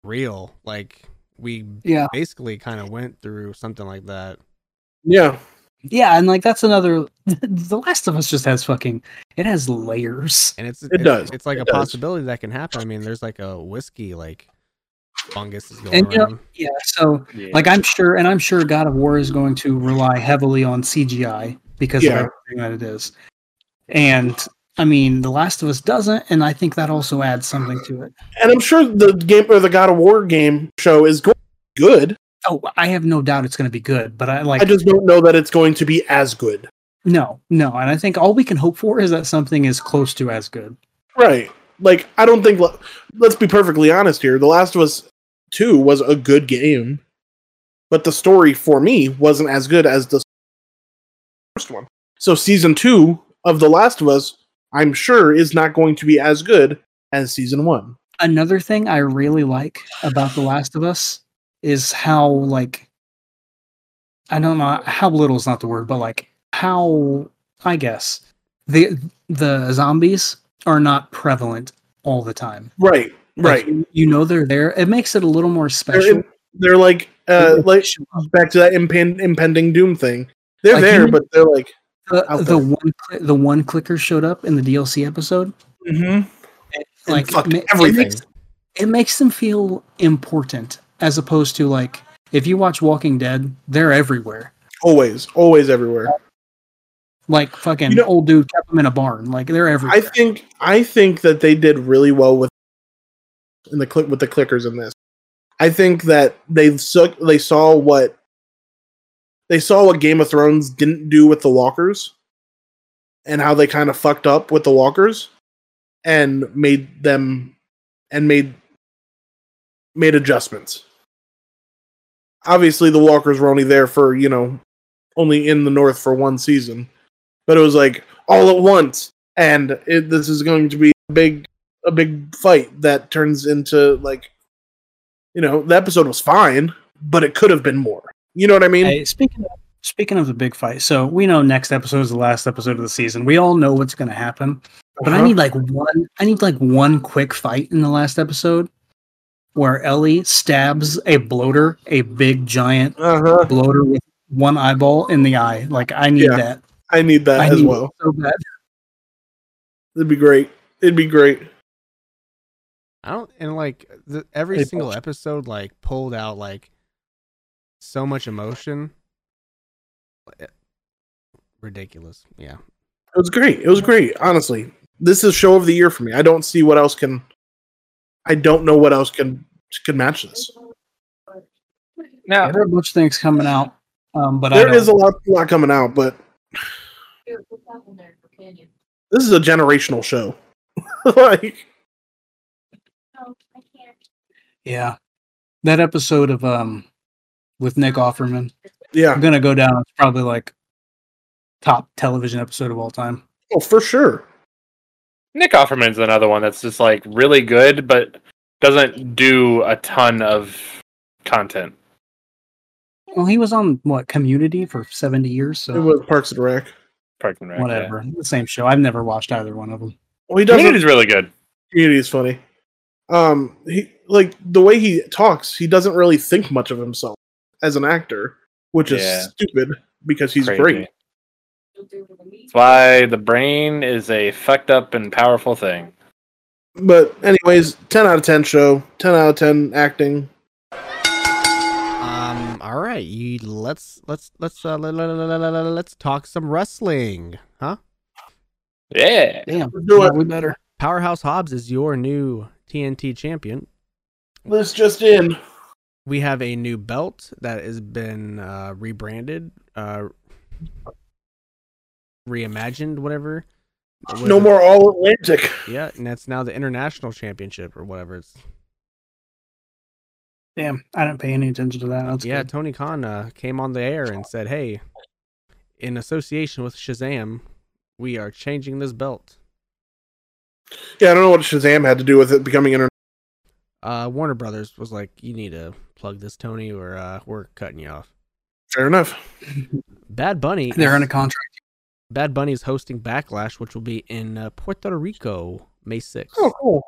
real. Like we yeah, basically kind of went through something like that. Yeah. yeah, and like that's another. The Last of Us just has fucking. It has layers. And it's it does. It's like It a does. possibility that can happen. I mean, there's like a whiskey like fungus is going And, you know, around. Yeah, so like I'm sure, and I'm sure God of War is going to rely heavily on CGI because Yeah. of everything that it is. And I mean, The Last of Us doesn't, and I think that also adds something to it. And I'm sure the game or the God of War game show is going to be good. Oh, I have no doubt it's going to be good, but I like I just don't know that it's going to be as good. no, no, and I think all we can hope for is that something is close to as good. Right. Like, I don't think. Let's be perfectly honest here. The Last of Us Two was a good game, but the story for me wasn't as good as the first one. So, season two of The Last of Us, I'm sure, is not going to be as good as season one. another thing I really like about The Last of Us is how like I don't know how little is not the word, but like how I guess the the zombies are not prevalent all the time. Right, Like, you- you know they're there. It makes it a little more They're, special. Um, in- they're like, uh, They like show up. back to that impen- impending doom thing. They're Like, there, you- but they're like, the, out the there. one cli- the one clicker showed up in the DLC episode. mm-hmm. Like fucked ma- it everything. makes- it makes them feel important as opposed to like if you watch Walking Dead, they're everywhere. always, always everywhere. Like fucking You know- old dude kept them in a barn. Like they're everywhere. I think I think that they did really well with in the click with the clickers in this. I think that they suck. They saw what they saw what Game of Thrones didn't do with the walkers, and how they kind of fucked up with the walkers, and made them and made made adjustments. Obviously, the walkers were only there for you know only in the north for one season, but it was like all at once and it, this is going to be a big a big fight that turns into like you know the episode was fine but it could have been more you know what i mean Hey, speaking of, speaking of the big fight, so we know next episode is the last episode of the season. We all know what's going to happen, but I Uh-huh. need like one. I need like one quick fight in the last episode where Ellie stabs a bloater, a big giant uh-huh bloater with one eyeball in the eye. Like I need Yeah, that. i need that I as need it well so bad. it'd be great it'd be great I don't and like the, every They single both- episode like pulled out like so much emotion. Eh, Ridiculous. Yeah. it was great it was great honestly this is show of the year for me i don't see what else can i don't know what else can can match this I Now, heard a bunch of things coming out, um, but I there don't- is a lot, a lot coming out but Dude, put that in there for Canyon. this is a generational show like No, I can't. yeah that episode of um with Nick Offerman. I'm yeah gonna go down. It's probably like top television episode of all time. oh for sure Nick Offerman's another one that's just like really good, but doesn't do a ton of content. Well, he was on what Community for seventy years, it so was parks and rec Parks and Rec, yeah. whatever. The same show. I've never watched either one of them. well he doesn't Community's really good. Community is funny. Um, he like the way he talks. He doesn't really think much of himself as an actor, which is Yeah. stupid because he's Crazy. great. You'll do it with me. That's why the brain is a fucked up and powerful thing. But anyways, ten out of ten show. Ten out of ten acting. Um. All right. You let's let's let's uh, let, us talk some wrestling, huh? Yeah. Damn, Let's do it. we better. Powerhouse Hobbs is your new TNT champion. This just in. We have a new belt that has been uh, rebranded, uh, reimagined, whatever. It was No a- more All Atlantic. Yeah, and that's now the international championship or whatever. It's Damn, I didn't pay any attention to that. That's yeah, good. Tony Khan uh, came on the air and said, "Hey, in association with Shazam, we are changing this belt." Yeah, I don't know what Shazam had to do with it becoming international. Uh, Warner Brothers was like, "You need to plug this, Tony, or uh, we're cutting you off." Fair enough. Bad Bunny. They're in a is- contract. Bad Bunny is hosting Backlash, which will be in uh, Puerto Rico, May 6th. Oh, cool.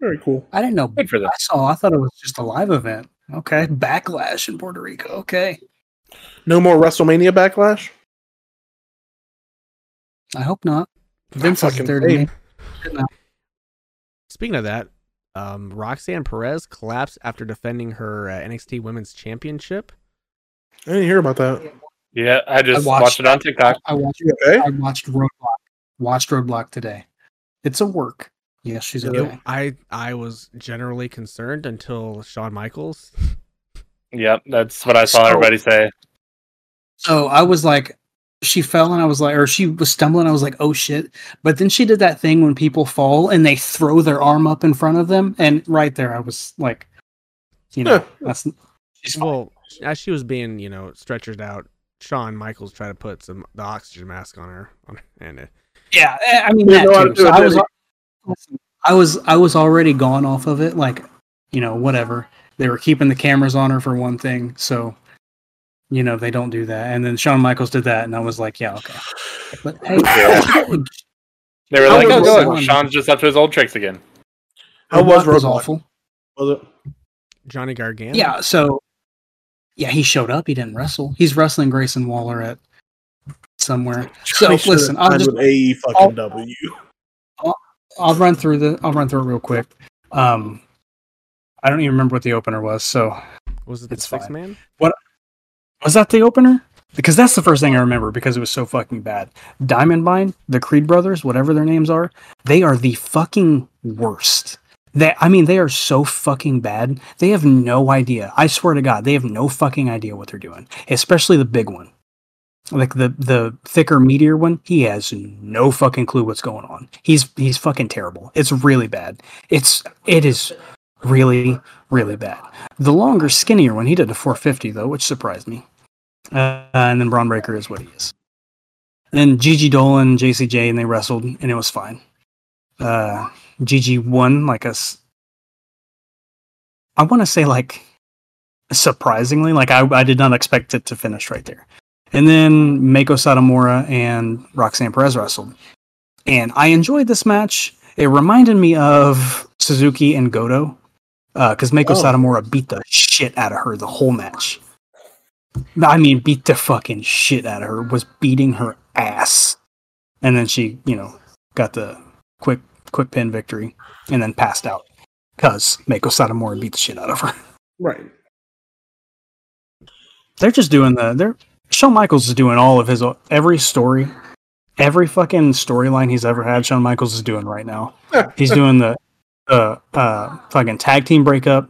Very cool. I didn't know. Good for them. I saw. I thought it was just a live event. Okay, backlash in Puerto Rico. Okay, No more WrestleMania backlash. I hope not. Vince fucking is there to paid. make- Speaking of that, um, Roxanne Perez collapsed after defending her uh, NXT Women's Championship. I didn't hear about that. Yeah, I just I watched- watched, it on TikTok. I watched. You okay. I watched Roadblock. Watched Roadblock today. It's a work. Yeah, she's It- okay. I I was generally concerned until Shawn Michaels. Yep, that's what I saw So- everybody say. So I was like, she fell and I was like, or she was stumbling. I was like, oh shit. But then she did that thing when people fall and they throw their arm up in front of them. And right there, I was like, you know, that's she's fine. Well, as she was being, you know, stretchered out, Sean Michaels tried to put some the oxygen mask on her, on, and it, yeah. eh, I- I mean, Didn't know how that to too. do So it, I did was, he? listen, I was, I was already gone off of it. Like, you know, whatever. They were keeping the cameras on her for one thing, so you know they don't do that. And then Shawn Michaels did that, and I was like, yeah, okay. But hey, They were How like, was oh, Roseanne? good. Sean's just up to his old tricks again. How was was Robot? awful. Was it? Johnny Gargano. Yeah, so yeah, he showed up. He didn't wrestle. He's wrestling Grayson Waller at somewhere. So They should've listen, I'll signed just with AE fucking I'll- W. I'll run through the I'll run through it real quick. Um, I don't even remember what the opener was. So was it the It's six fine. man? was that the opener? Because that's the first thing I remember because it was so fucking bad. Diamond Mine, the Creed brothers, whatever their names are, they are the fucking worst. They, I mean, they are so fucking bad. They have no idea. I swear to God, they have no fucking idea what they're doing. Especially the big one, like the the thicker meteor one. He has no fucking clue what's going on. He's he's fucking terrible. It's really bad. It's it is really really bad. The longer, skinnier one, he did a 450 though, which surprised me. Uh, and then Braun Breaker is what he is. And then Gigi Dolan, JCJ, and they wrestled, and it was fine. Uh, Gigi won like a, s- I want to say like surprisingly, like I, I did not expect it to finish right there. And then Mako Satomura and Roxanne Perez wrestled, and I enjoyed this match. It reminded me of Suzuki and Goto, because Mako Oh. Satomura beat the shit out of her the whole match. I mean, beat the fucking shit out of her. Was beating her ass, and then she, you know, got the quick quick pin victory, and then passed out because Mako Satomura beat the shit out of her. Right. They're just doing the. They're Shawn Michaels is doing all of his every story, every fucking storyline he's ever had. Shawn Michaels is doing right now. He's doing the uh, uh fucking tag team breakup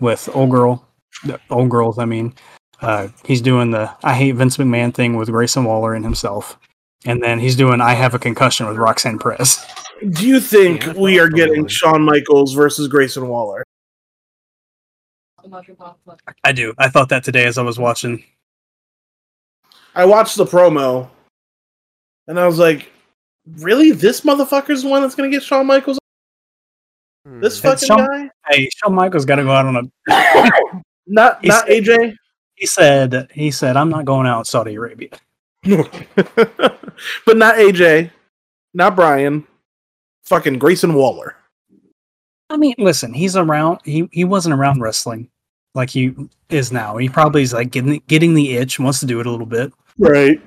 with old girl, the old girls. I mean, uh, he's doing the I hate Vince McMahon thing with Grayson Waller and himself, and then he's doing I have a concussion with Roxanne Perez. Do you think Yeah, we are getting probably. Shawn Michaels versus Grayson Waller? I do. I thought that today as I was watching. I watched the promo, and I was like, "Really? This motherfucker's the one that's gonna get Shawn Michaels? This Hmm. fucking Shawn- guy? Hey, Shawn Michaels got to go out on a Not He not said- AJ? He said, he said, I'm not going out in Saudi Arabia. but not AJ, not Brian, fucking Grayson Waller. I mean, listen, he's around. He, he wasn't around wrestling like he is now. He probably is like getting getting the itch, wants to do it a little bit. Right.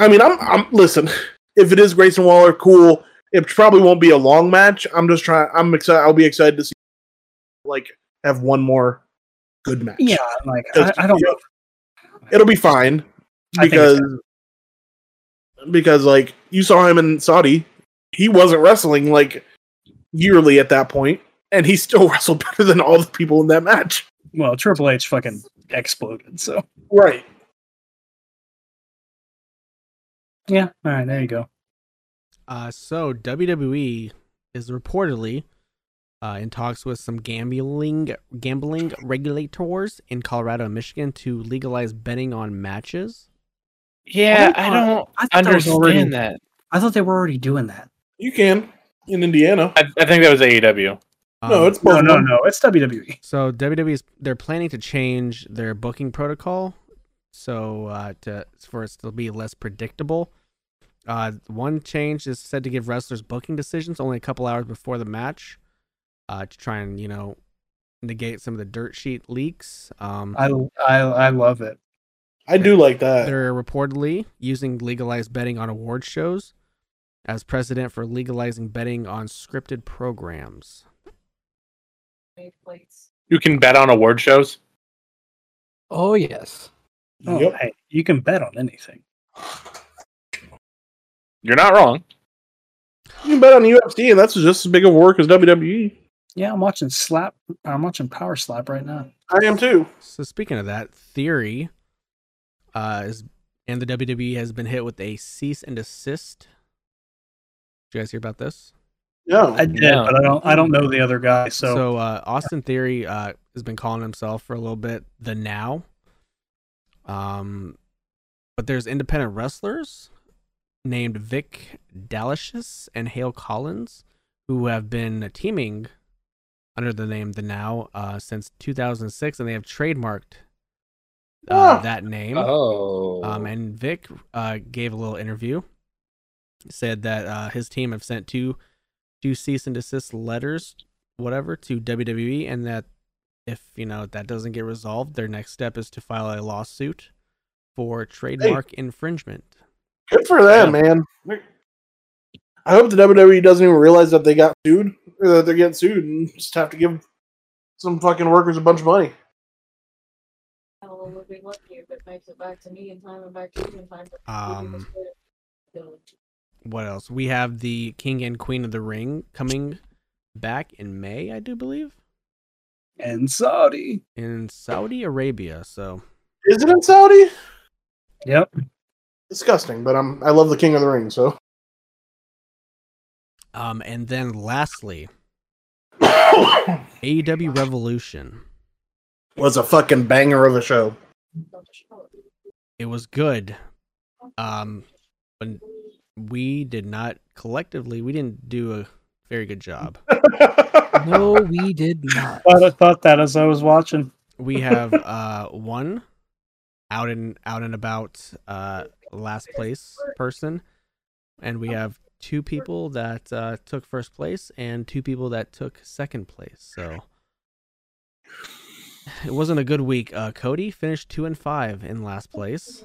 I mean, I'm I'm listen. If it is Grayson Waller, cool. It probably won't be a long match. I'm just trying. I'm excited. I'll be excited to see like have one more good match. Yeah, like I, 'Cause, I don't you know. know, It'll be fine I think it's because because like you saw him in Saudi, he wasn't wrestling like yearly at that point, and he still wrestled better than all the people in that match. Well, Triple H fucking exploded. So Right. yeah, all right, there you go. Uh, so WWE is reportedly uh, in talks with some gambling gambling regulators in Colorado and Michigan to legalize betting on matches. Yeah, I I don't don't I thought that was already- understand that. I thought they were already doing that. You can in Indiana. I, I think that was E AEW. no, Um, it's both. of them. no, it's E. WWE. So WWE is they're planning to change their booking protocol, so uh, to for it to be less predictable. Uh, one change is said to give wrestlers booking decisions only a couple hours before the match, uh, to try and you know negate some of the dirt sheet leaks. Um, I I, I love it. I do like that. They're reportedly using legalized betting on award shows as precedent for legalizing betting on scripted programs. You can bet on award shows. Oh yes. Oh, Yep. hey, you can bet on anything. You're not wrong. You can bet on UFC, and that's just as big of work as E. WWE. Yeah, I'm watching slap. I'm watching Power Slap right now. I am too. So speaking of that, Theory uh, is And the WWE has been hit with a cease and desist. Did you guys hear about this? No. I did, Yeah. but I don't. I don't know the other guy. So, So, uh, Austin Theory uh, has been calling himself for a little bit the now. Um, but there's independent wrestlers named Vic Dalashis and Hale Collins who have been teaming under the name the now uh, since 2006, and they have trademarked uh, Ah. that name. Oh. Um, and Vic uh, gave a little interview, said that uh, his team have sent two two cease and desist letters, whatever, to WWE, and that if you know that doesn't get resolved, their next step is to file a lawsuit for trademark infringement. Good for them, man. I hope the WWE doesn't even realize that they got sued or that they're getting sued and just have to give some fucking workers a bunch of money. Well, we'll be lucky if it makes it back to me in time and back to you in time. but we do Um, this later. So, what else? We have the King and Queen of the Ring coming back in May, I do believe, and Saudi. in Saudi Arabia. So Is it in Saudi? Yep. Disgusting, but I'm I love the King of the Ring, so Um, and then lastly, was AEW Revolution. a fucking banger of a show. don't show it. It was good. Um, but we did not collectively. We didn't do a very good job. No, we did not. But uh, I thought that as I was watching. We have uh one out and out and about uh last place person, and we have two people that uh, took first place and two people that took second place. So. It wasn't a good week. Uh, Cody finished two and five in last place.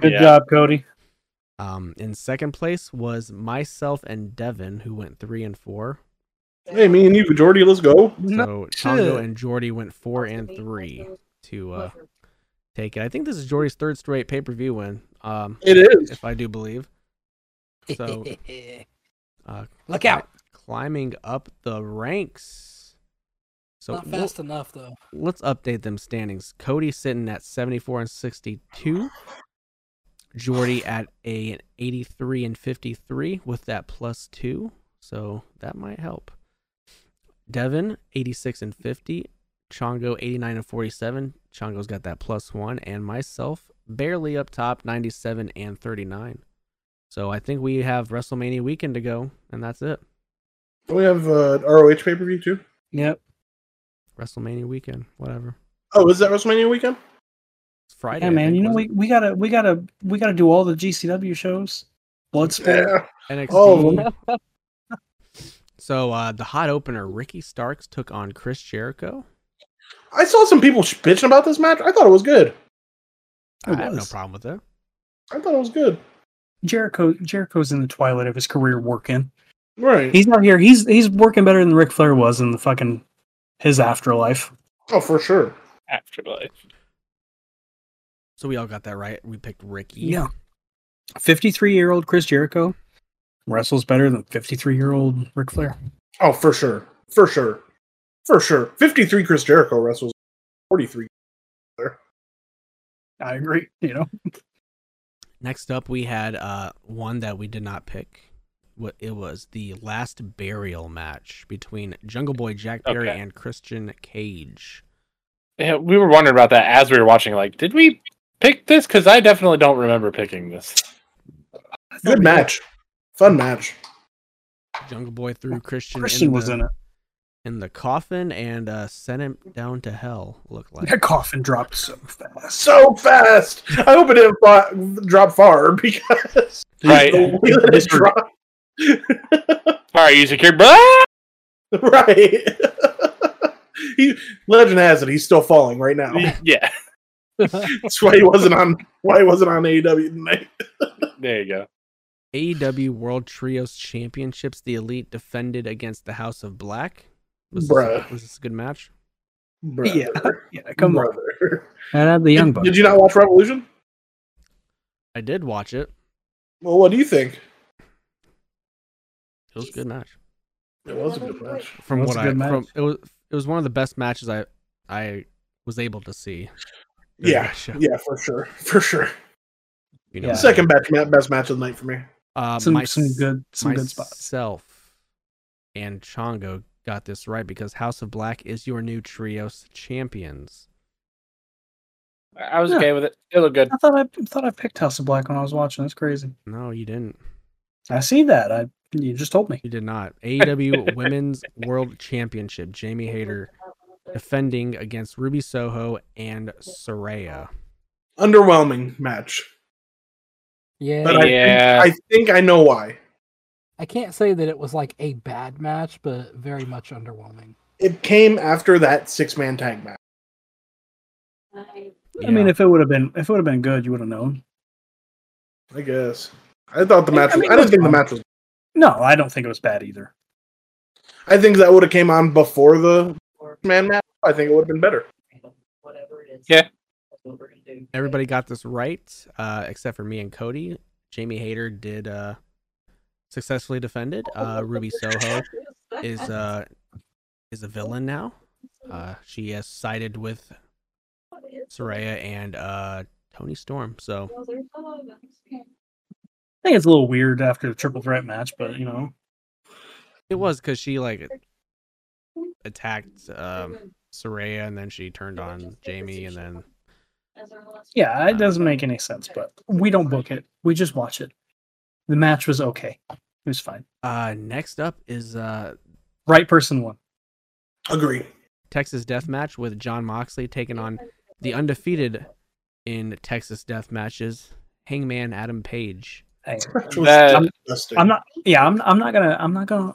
Good Yeah. job, Cody. Um, in second place was myself and Devin, who went three and four. Hey, me and you, Jordy, let's go. So Tongo shit. and Jordy went four Back to and me, three back to to uh, whoever. take it. I think this is Jordy's third straight pay per view win. Um, It is. if I do believe. So uh, Look out! climbing up the ranks. So Not we'll- fast enough though. let's update them standings. Cody sitting at 74 and 62. Jordy at a an 83 and 53 with that plus 2. So that might help. Devin 86 and 50. Chongo 89 and 47. Chongo's got that plus 1 and myself barely up top 97 and 39. So I think we have WrestleMania weekend to go and that's it. We have uh, ROH pay per view too. Yep. WrestleMania weekend, whatever. Oh, is that WrestleMania weekend? It's Friday. I Yeah, man. think, You know wasn't we, we gotta we gotta we gotta do all the GCW shows. Bloodsport. Yeah. it? NXT. Oh, well, So uh, the hot opener, Ricky Starks took on Chris Jericho. I saw some people sh- bitching about this match. I thought it was good. I have no was. problem with it. I thought it was good. Jericho Jericho's in the twilight of his career working. Right. He's not here. He's he's working better than Ric Flair was in the fucking his afterlife. oh, for sure. Afterlife. So we all got that right. We picked Ricky. Yeah. 53 year old Chris Jericho wrestles better than 53 year old Ric Flair. Oh, for sure. For sure. For sure. 53 Chris Jericho wrestles 43. I agree. You know, Next up, we had uh, one that we did not pick. What it was the last burial match between Jungle Boy Jack Perry Okay. and Christian Cage. Yeah, we were wondering about that as we were watching. Like, did we pick this? Because I definitely don't remember picking this. Good match. Fun match. Jungle Boy threw Christian. Christian in was the, in it. in the coffin and uh, sent him down to hell. Looked like. That coffin dropped so fast. So fast. I hope it didn't fa- drop far because Right. the way that it dropped. All right, you secure. Ah! Right. he, legend has it. He's still falling right now. Yeah, That's why he wasn't on. Why he wasn't on AEW tonight. there you go. AEW E World Trios Championships, the Elite defended against the House of Black. Was Bruh. This, was this a good match? Brother. Yeah. Yeah. Come on. brother. And have the young Did, buck. did you not watch Revolution? I did watch it. Well, what do you think? It was a good match. It was a good match. From It was what a I good match. from it was it was one of the best matches I I was able to see. during Yeah, that show. yeah, for sure, for sure. You know, Yeah. Second batch, ma- best match of the night for me. uh, Some my- some good some good spots. Myself and Chongo got this right because House of Black is your new trios champions. I was Yeah. okay with it. It looked good. I thought I thought I picked House of Black when I was watching. That's crazy. No, you didn't. I see that. I you just told me. You did not. AEW Women's World Championship. Jamie Hayter defending against Ruby Soho and Soraya. Underwhelming match. Yeah, But Yeah. I, think, I think I know why. I can't say that it was like a bad match, but very much underwhelming. It came after that six man tag match. I I mean, Yeah. if it would have been if it would have been good, you would have known. I guess. I thought the I- match. I was, mean, I it didn't was think the fun. match was. No, I don't think it was bad either. I think that would have came on before the man match. I think it would have been better. whatever it is. Yeah. That's what we're gonna do. Everybody got this right, uh, except for me and Cody. Jamie Hayter did uh, successfully defended. Uh, Ruby Soho is uh, is a villain now. Uh, she has sided with What is Soraya and uh, Tony Storm. So Well, there's a lot of those. I think it's a little weird after the triple threat match, but you know, it was because she like attacked um, Soraya and then she turned on Jamie and then As our last- yeah, it doesn't make any sense. But we don't book it; we just watch it. The match was okay; it was fine. uh, next up is uh, Right person won. Agree. Texas Death Match with John Moxley taking on the undefeated in Texas Death Matches, Hangman Adam Page. Hey, Match was That- disgusting. I'm not. Yeah, I'm. I'm not gonna. I'm not gonna.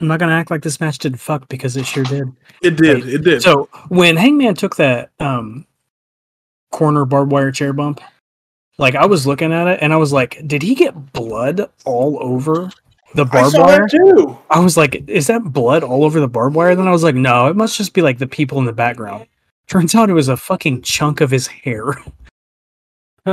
I'm not gonna act like this match didn't fuck because it sure did. it did. It did. So when Hangman took that um corner barbed wire chair bump, like I was looking at it and I was like, did he get blood all over the I barbed saw wire? that too. I was like, is that blood all over the barbed wire? Then I was like, no, it must just be like the people in the background. Turns out it was a fucking chunk of his hair.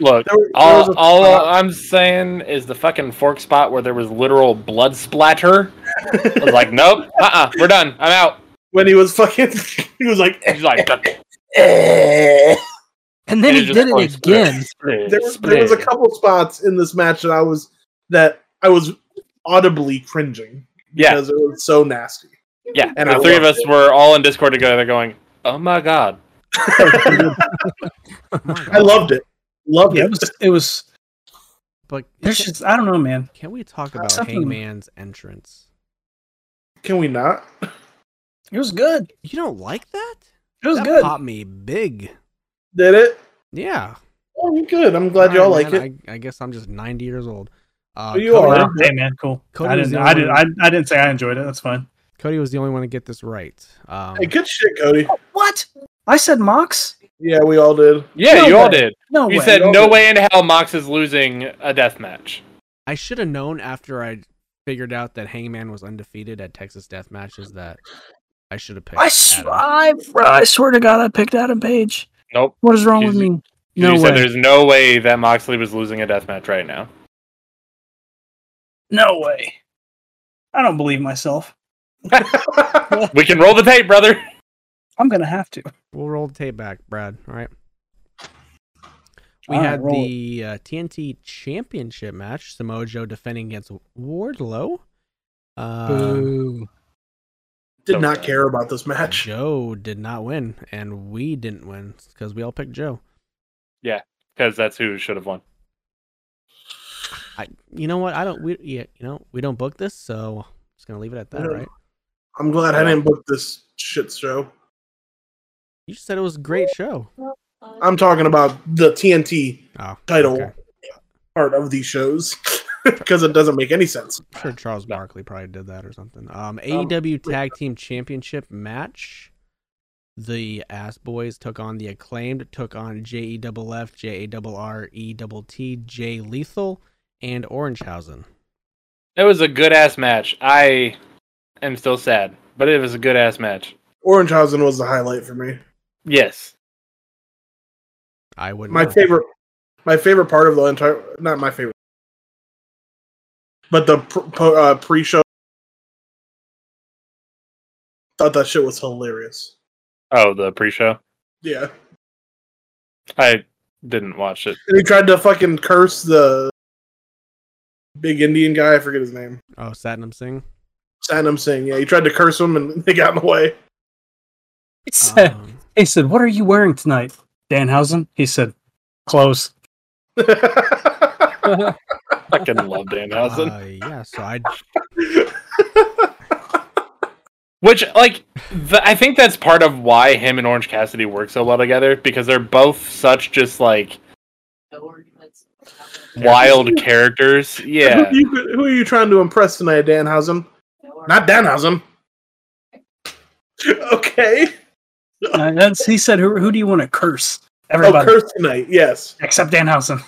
Look, There- there was a- all, all I'm saying is the fucking fork spot where there was literal blood splatter. I was like, nope, uh, uh-uh, we're done. I'm out. when he was fucking, he was like, He's like, there And then And he it just did it points again. there, was- there was a couple spots in this match that I was that I was audibly cringing Yeah, because it was so nasty. yeah. and the I three of loved us were all in Discord together, going, "Oh my god, I loved it. Loved Yeah, it it. was. It was. But There's just. I don't know, man. can we talk about Something- Hangman's entrance? Can we not? It was good. You don't like that? It was that good. popped me big. Did it? Yeah. Oh, good. I'm glad y'all Alright, like it. man, I, I guess I'm just 90 years old. Uh, Oh, you Cody, are. Wow, hey man, cool. Cody I was didn't. the I only didn't. I, I didn't say I enjoyed it. That's fine. Cody was the only one to get this right. Um, Hey, good shit, Cody. Oh, What? I said Mox. Yeah, we all did. yeah, No you all way. did." No You way. said, no "No way." way in hell, Mox is losing a death match." I should have known after I figured out that Hangman was undefeated at Texas Death Matches that I should have picked. I, s- Adam. I, bro, I swear to God, I picked Adam Page. Nope. What is wrong You with s- me? you No said way. there's no way that Moxley was losing a death match right now. No way. I don't believe myself. We can roll the tape, brother. I'm gonna have to. We'll roll the tape back, Brad. All right. We All right, had roll it. the uh, TNT Championship match. Samoa Joe defending against Wardlow. Uh, Boo. Did not care about this match. Joe did not win, and we didn't win because we all picked Joe. because that's who should have won. I, you know what? I don't. We, yeah, you know, we don't book this, so just gonna leave it at that, Yeah. right? I'm glad I didn't book this shit show. You said it was a great show. I'm talking about the TNT Oh, Title. okay. part of these shows because it doesn't make any sense. I'm sure Charles Barkley probably did that or something. Um, AEW Tag Team Championship match. The Ass Boys took on the Acclaimed, took on E J-E-double-F, J-A-double-R-E-double-T, E J Lethal, and Orangehausen. It was a good ass match. I am still sad, but it was a good ass match. Orangehausen was the highlight for me. Yes. I wouldn't My know. favorite, my favorite part of the entire, not my favorite, but the pr- po- uh, pre-show. Thought that shit was hilarious. Oh, the pre-show. Yeah, I didn't watch it. And he tried to fucking curse the big Indian guy. I forget his name. Oh, Satnam Singh. Sanam Singh. Yeah, he tried to curse him and they got in the way. He said, Um, he said, What are you wearing tonight, Danhausen? He said, Clothes. Fucking love Danhausen. uh, yeah, so I Which, like, th- I think that's part of why him and Orange Cassidy work so well together because they're both such just like No arguments. wild characters. who, Yeah, are you, who are you trying to impress tonight, Danhausen? No Not Danhausen. okay. Uh, that's, he said, who, who do you want to curse? Oh, Everybody. curse tonight. Yes. Except Danhausen.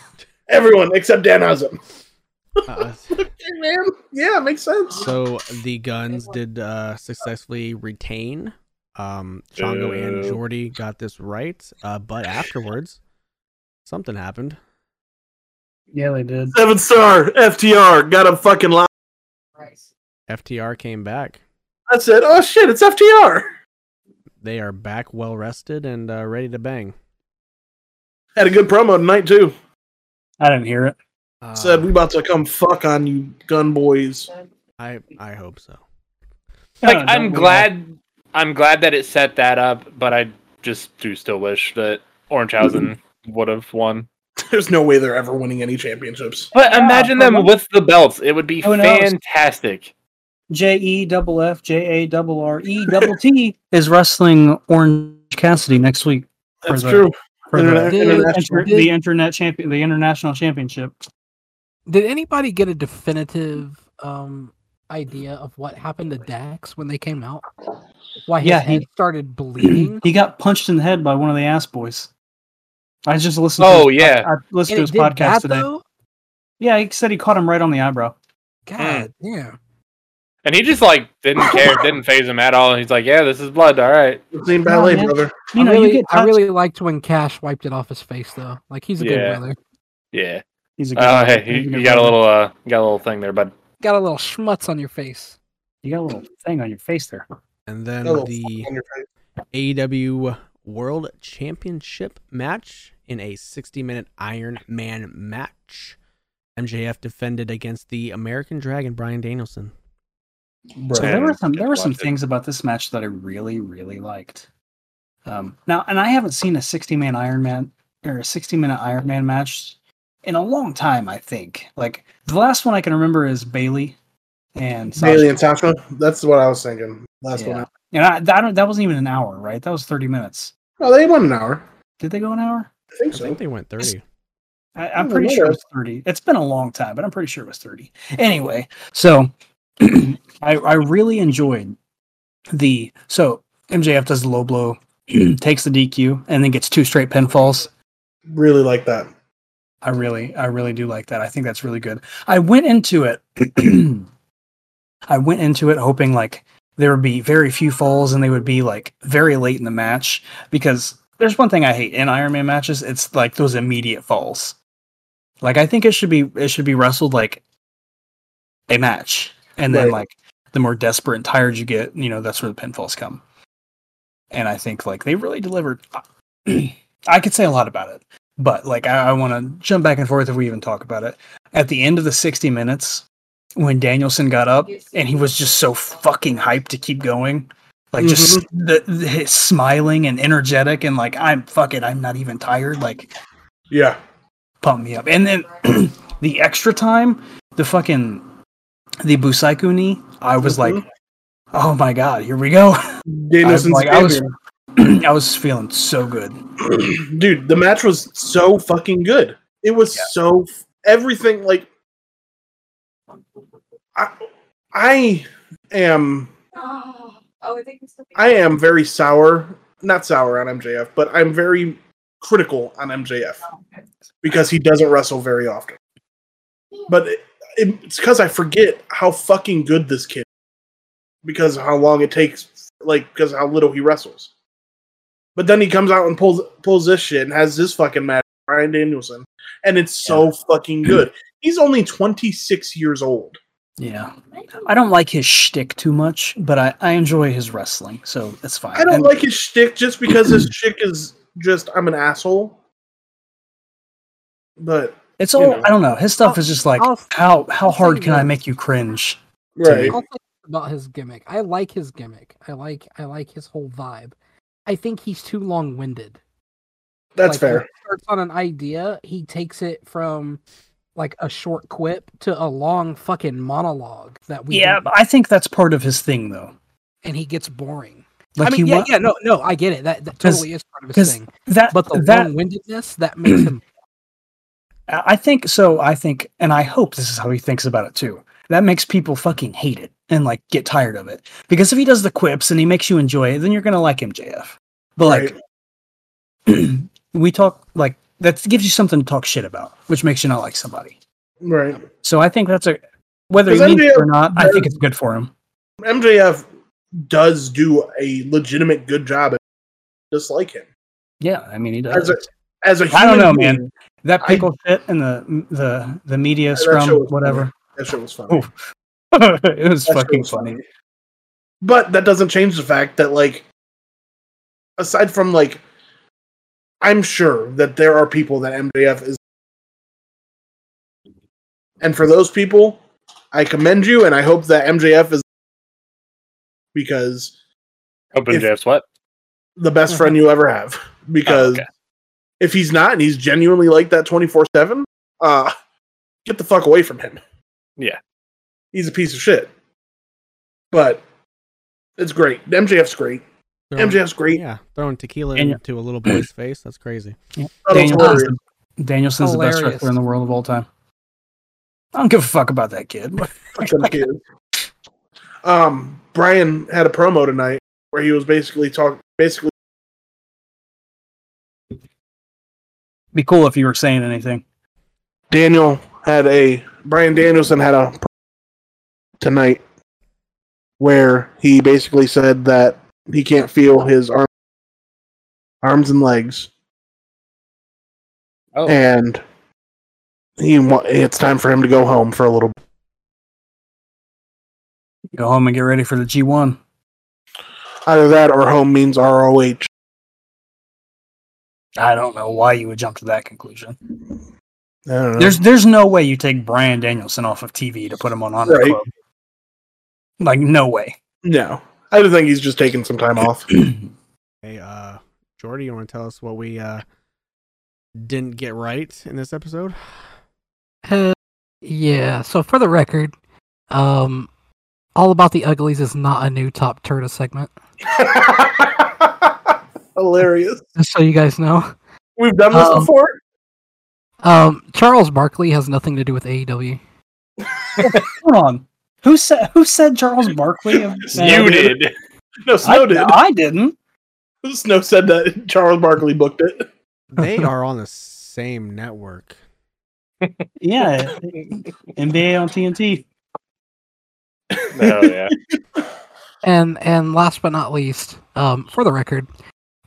Everyone except Danhausen. uh, Okay, man. Yeah, makes sense. so the guns did uh, successfully retain. Um, Chongo and Ew. Jordy got this right, uh, but afterwards, something happened. Yeah, they did. Seven star FTR got a fucking line. Christ. FTR came back. I said, oh shit, it's FTR. They are back, well rested and uh, ready to bang. Had a good promo tonight too. I didn't hear it. Uh, Said we about to come fuck on you gun boys. I I hope so. like Oh, don't I'm we glad, I'm glad that it set that up, but I just do still wish that Orangehausen would have won. There's no way they're ever winning any championships. But Yeah, imagine them but- with the belts; it would be Who knows? fantastic. J E double F J A double R E double T is wrestling Orange Cassidy next week That's For the- true. for Interna- the, international. inter- the internet champion, the international championship. Did anybody get a definitive um idea of what happened to Dax when they came out? Why his Yeah, he- head started bleeding? He got punched in the head by one of the ass boys. I just listened. Oh to his, yeah, I listened And to it his did podcast that, today. though? Yeah, he said he caught him right on the eyebrow. Mm. God damn. and he just like didn't care, didn't phase him at all. He's like, "Yeah, this is blood. All right." Same ballet, man. brother. You know, I really, you get touched. I really liked when Cash wiped it off his face though. Like he's a good Yeah. brother. Yeah. He's a Oh, hey, he's you, good you got a brother. little, uh, you got a little thing there, bud. Got a little schmutz on your face. You got a little thing on your face there. And then Little the fuck on your face. AEW World Championship match in a 60 minute Iron Man match. MJF defended against the American Dragon Brian Danielson. So there were some there were some Watch it. things about this match that I really really liked. Um, now, and I haven't seen a sixty man Iron Man or a sixty minute Iron Man match in a long time. I think like the last one I can remember is Bailey and Sasha. Bailey and Sasha. That's what I was thinking. Last Yeah. one. And I, I don't, that wasn't even an hour, right? That was thirty minutes. Oh, they won an hour. Did they go an hour? I think I so. think they went 30. I, I'm Oh, pretty sure yeah. it was 30. It's been a long time, but I'm pretty sure it was 30. Anyway, so I, I really enjoyed the so MJF does the low blow, takes the DQ, and then gets two straight pinfalls. Really like that. I really, I really do like that. I think that's really good. I went into it, I went into it hoping like there would be very few falls and they would be like very late in the match because there's one thing I hate in Iron Man matches. It's like those immediate falls. Like I think it should be, it should be wrestled like a match, and then Right. like the more desperate and tired you get, you know, that's where the pinfalls come. And I think like they really delivered. I could say a lot about it but like I, I want to jump back and forth if we even talk about it. At the end of the 60 minutes, when Danielson got up and he was just so fucking hyped to keep going, like just the, the, his smiling and energetic and like I'm fuck it, I'm not even tired. Like Yeah. pump me up. And then the extra time, the fucking the Busaiku knee, I was like, oh my god, here we go. Danielson's like, I was- champion. I was feeling so good. dude. The match was so fucking good. It was so f- everything. Like, I, I am Oh, oh, I think it's the I am very sour, not sour on MJF, but I'm very critical on MJF because he doesn't wrestle very often. But it, it's because I forget how fucking good this kid, because of how long it takes, like because how little he wrestles. But then he comes out and pulls pulls this shit and has this fucking match, Brian Danielson, and it's so fucking good. He's only twenty six years old. Yeah. I don't like his shtick too much, but I, I enjoy his wrestling, so that's fine. I don't And- like his shtick just because his shtick is just I'm an asshole. But It's You all know. I don't know. His stuff is just like I'll- how how I'll hard say can I this. make you cringe? right, I'll say this about his gimmick. I like his gimmick. I like I like his whole vibe. I think he's too long winded. that's Like, when fair. he starts on an idea, he takes it from like a short quip to a long fucking monologue that we Yeah, don't- but I think that's part of his thing though. and he gets boring. Like I mean, he yeah, wa- yeah, no, no, I get it. That, that 'Cause- totally is part of his 'cause thing. that But the that long windedness that makes him I I think so. I think, and I hope this is how he thinks about it too. That makes people fucking hate it and like get tired of it. Because if he does the quips and he makes you enjoy it, then you're gonna like MJF. But like, we talk like that gives you something to talk shit about, which makes you not like somebody. Right. So I think that's a whether he Because means it MJF or not. I think does- it's good for him. MJF does do a legitimate good job at dislike him. Yeah, I mean he does. As a as a I human don't know, being, man. That I- pickle shit and the the the media that shit scrum, was funny. whatever. That shit was funny. Oh, it was That shit fucking was funny. But that doesn't change the fact that like aside from like I'm sure that there are people that MJF is and for those people, I commend you and I hope that MJF is because Open If- Jeff's what? the best friend you ever have. Because Mm-hmm. okay. if he's not and he's genuinely like that 24 7, uh, get the fuck away from him. Yeah. He's a piece of shit. But it's great. MJF's great. Throwing- MJF's great. Yeah, throwing tequila And- into a little boy's face. That's crazy. Bellator- Danielson's, the, Danielson's the best Hilarious. wrestler in the world of all time. I don't give a fuck about that kid. fucking kid. Um, Brian had a promo tonight where he was basically talking, basically, Be cool if you were saying anything. Daniel had a, Brian Danielson had a pro- tonight where he basically said that he can't feel his arm, arms and legs. Oh, and he wa- it's time for him to go home for a little bit. Go home and get ready for the G1. Either that or home means ROH. I don't know why you would jump to that conclusion. I don't know. There's there's no way you take Brian Danielson off of TV to put him on on Right. club. Like no way. no. I just think he's just taking some time off. Hey, uh, Jordy, you want to tell us what we uh didn't get right in this episode? Uh, yeah. So for the record, um, all about the uglies is not a new top turtle segment. Hilarious. Just so you guys know, We've done this Um, before. um, Charles Barkley has nothing to do with E AEW. Hold on. Who said who said Charles Barkley? of- you did. No, Snow I, did. I didn't. Snow said that Charles Barkley booked it. They are on the same network. Yeah. NBA on TNT. No, Oh, yeah. And and last but not least, um, for the record,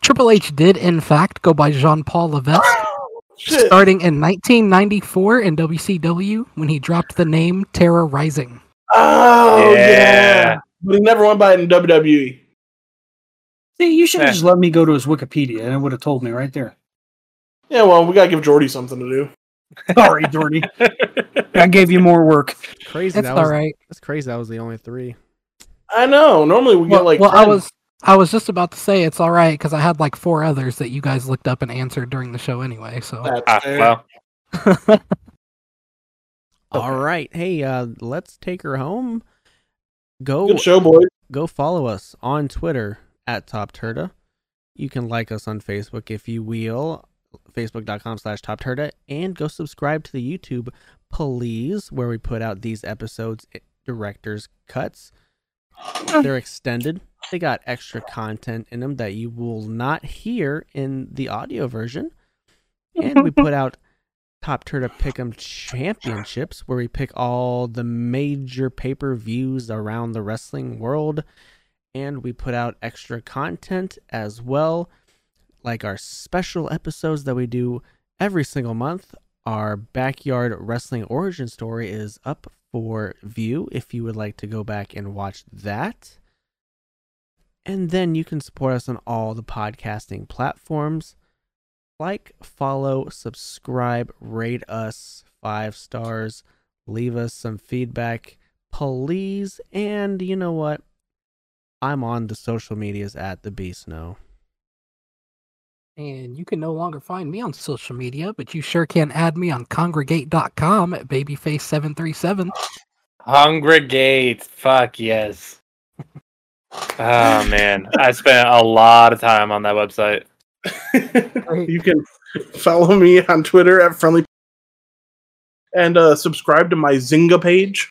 Triple H did in fact go by Jean Paul Levesque. Oh, Shit. Starting in 1994 in WCW when he dropped the name Terra Rising. Oh yeah. Yeah. But he never went by it in E. WWE. See, you should have Eh. just let me go to his Wikipedia and it would have told me right there. Yeah, well, we gotta give Jordy something to do. Sorry, Jordy. I gave you more work. Crazy. That's That was, all right. That's crazy. That was the only three. I know. Normally we Well, get like well, I 10. was I was just about to say it's all right because I had like four others that you guys looked up and answered during the show anyway. So That's Ah, fair. well, All right. Hey, uh, let's take her home. Go Good show, boys. go follow us on Twitter at Top Turda. You can like us on Facebook if you will, facebook.com slash Top Turda, and go subscribe to the YouTube, please, where we put out these episodes, i- director's cuts. They're extended. They got extra content in them that you will not hear in the audio version. And we put out Top Turtle Pick'em Championships, where we pick all the major pay-per-views around the wrestling world, and we put out extra content as well, like our special episodes that we do every single month. Our backyard wrestling origin story is up for view if you would like to go back and watch that. And then you can support us on all the podcasting platforms like, follow, subscribe, rate us five stars, leave us some feedback, please. And you know what? I'm on the social medias at the Beast Snow. And you can no longer find me on social media, but you sure can add me on congregate.com at babyface737. Congregate. Fuck yes. Oh man, I spent a lot of time on that website. you can follow me on Twitter at friendly and uh, subscribe to my Zynga page.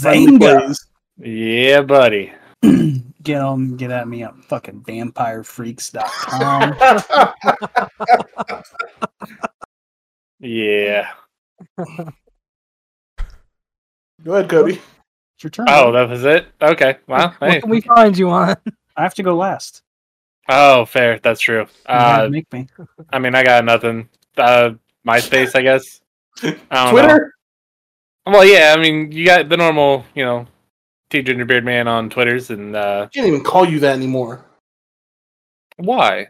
Friendly Zanga. Plays. Yeah, buddy. get on, get at me on fucking vampirefreaks.com. Yeah. Go ahead, Cody. it's your turn. Oh, that was it. Okay. Wow. What Hey. can we find you on? I have to go last. Oh, fair. That's true. You had to Uh, make me. I mean, I got nothing. Uh, MySpace, I guess. I don't know. Twitter. Well, yeah. I mean, you got the normal, you know, T Gingerbeard Man on Twitter's, and uh, can't even call you that anymore. why?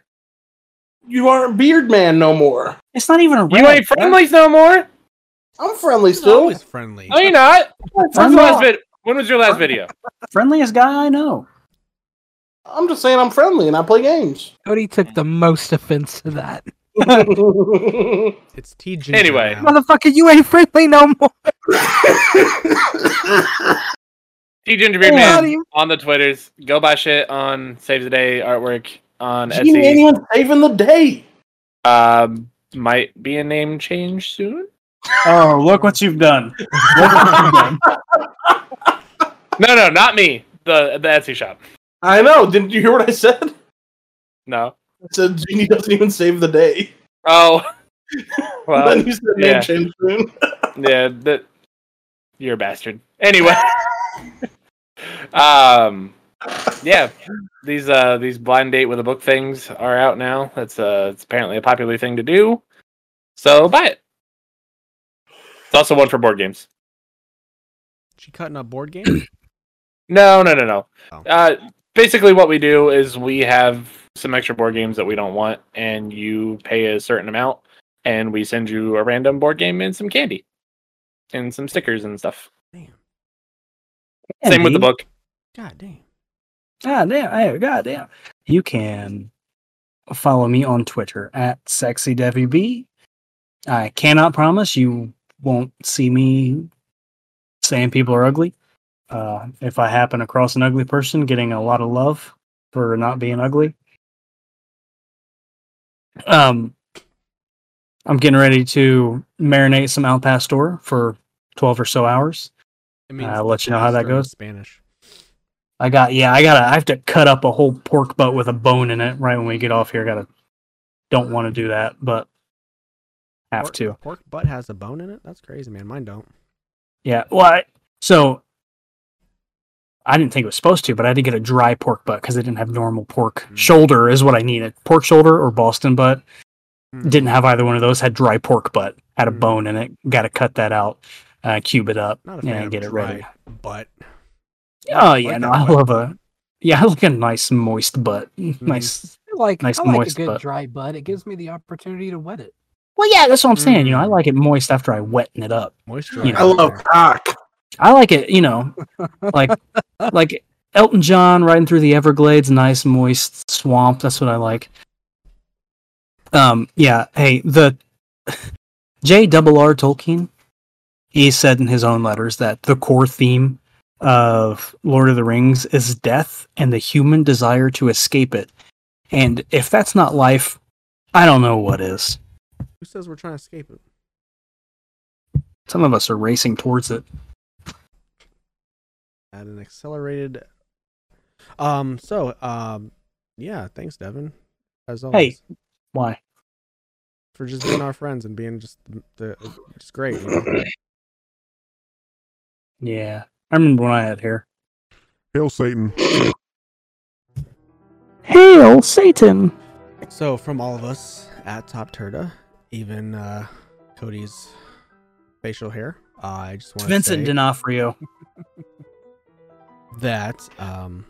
You aren't Beard Man no more. It's not even a You ain't friendlies no more. I'm friendly He's still. always friendly. No, you're not. When's I'm the last not vid- when was your last video? friendliest guy I know. I'm just saying I'm friendly and I play games. Cody took the most offense to that. It's T. Ginger Anyway. now. Motherfucker, you ain't friendly no more. T Gingerbeard How do Man you- on the Twitters. Go buy shit on Save the Day artwork on Gee, man, Etsy. even saving the day. Um, might be a name change soon. Oh, look what you've done. Look what you've done. No, no, not me. The the Etsy shop. I know. Didn't you hear what I said? I No. said Genie doesn't even save the day. Oh. then Well, you said name Uh, yeah. change soon. yeah. That you're a bastard. Anyway. um. Yeah. These uh these blind date with a book things are out now. That's uh it's apparently a popular thing to do. So buy it. It's also one for board games. She cutting up board game? No, no, no, no. Oh. Uh, basically, what we do is we have some extra board games that we don't want, and you pay a certain amount, and we send you a random board game and some candy, and some stickers and stuff. Same with the Andy. book. God damn. God damn, hey, god damn. You can follow me on Twitter at sexydevb. I cannot promise you won't see me saying people are ugly. Uh, if I happen across an ugly person, getting a lot of love for not being ugly. Um, I'm getting ready to marinate some al pastor for 12 or so hours. It means I'll let you know how that pastor in goes. Spanish. I got yeah, I gotta I have to cut up a whole pork butt with a bone in it right when we get off here. Gotta don't want to do that, but have pork, to. Pork butt has a bone in it. That's crazy, man. Mine don't. Yeah. Well I, so I didn't think it was supposed to, but I had to get a dry pork butt because they didn't have normal pork Mm. shoulder is what I needed. Pork shoulder or Boston butt. Hmm. Didn't have either one of those, had dry pork butt, had a Mm. bone in it, gotta cut that out, uh, cube it up, Not a fan and of get it dry ready. butt. Oh yeah, like no, that I butt. Hmm. love a yeah, I like a nice moist butt. Nice I like, Nice I like a moist good butt. dry butt. It gives me the opportunity to wet it. Well, yeah, that's what I'm saying. You know, I Mm. like it moist after I wetten it up. Moisturizer. You know. I love cock. I like it, you know, like like Elton John riding through the Everglades, nice moist swamp. That's what I like. Um, yeah. Hey, the J. Double R Tolkien, he said in his own letters that the core theme of Lord of the Rings is death and the human desire to escape it. And if that's not life, I don't know what is. Who says we're trying to escape it? Some of us are racing towards it. At an accelerated. Um. So. Um. Yeah. Thanks, Devin. As always, Why? for just being our friends and being just the, just great. you know? Yeah. I remember when I had hair. Hail Satan. Hail Satan! So, from all of us at Top Turda, even uh, Cody's facial hair, I just want to Vincent say D'Onofrio. that um,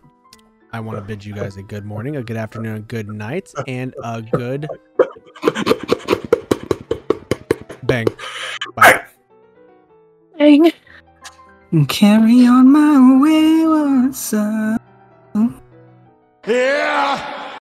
I want to bid you guys a good morning, a good afternoon, a good night, and a good bang. Bye. Dang. Carry on my wayward son. Here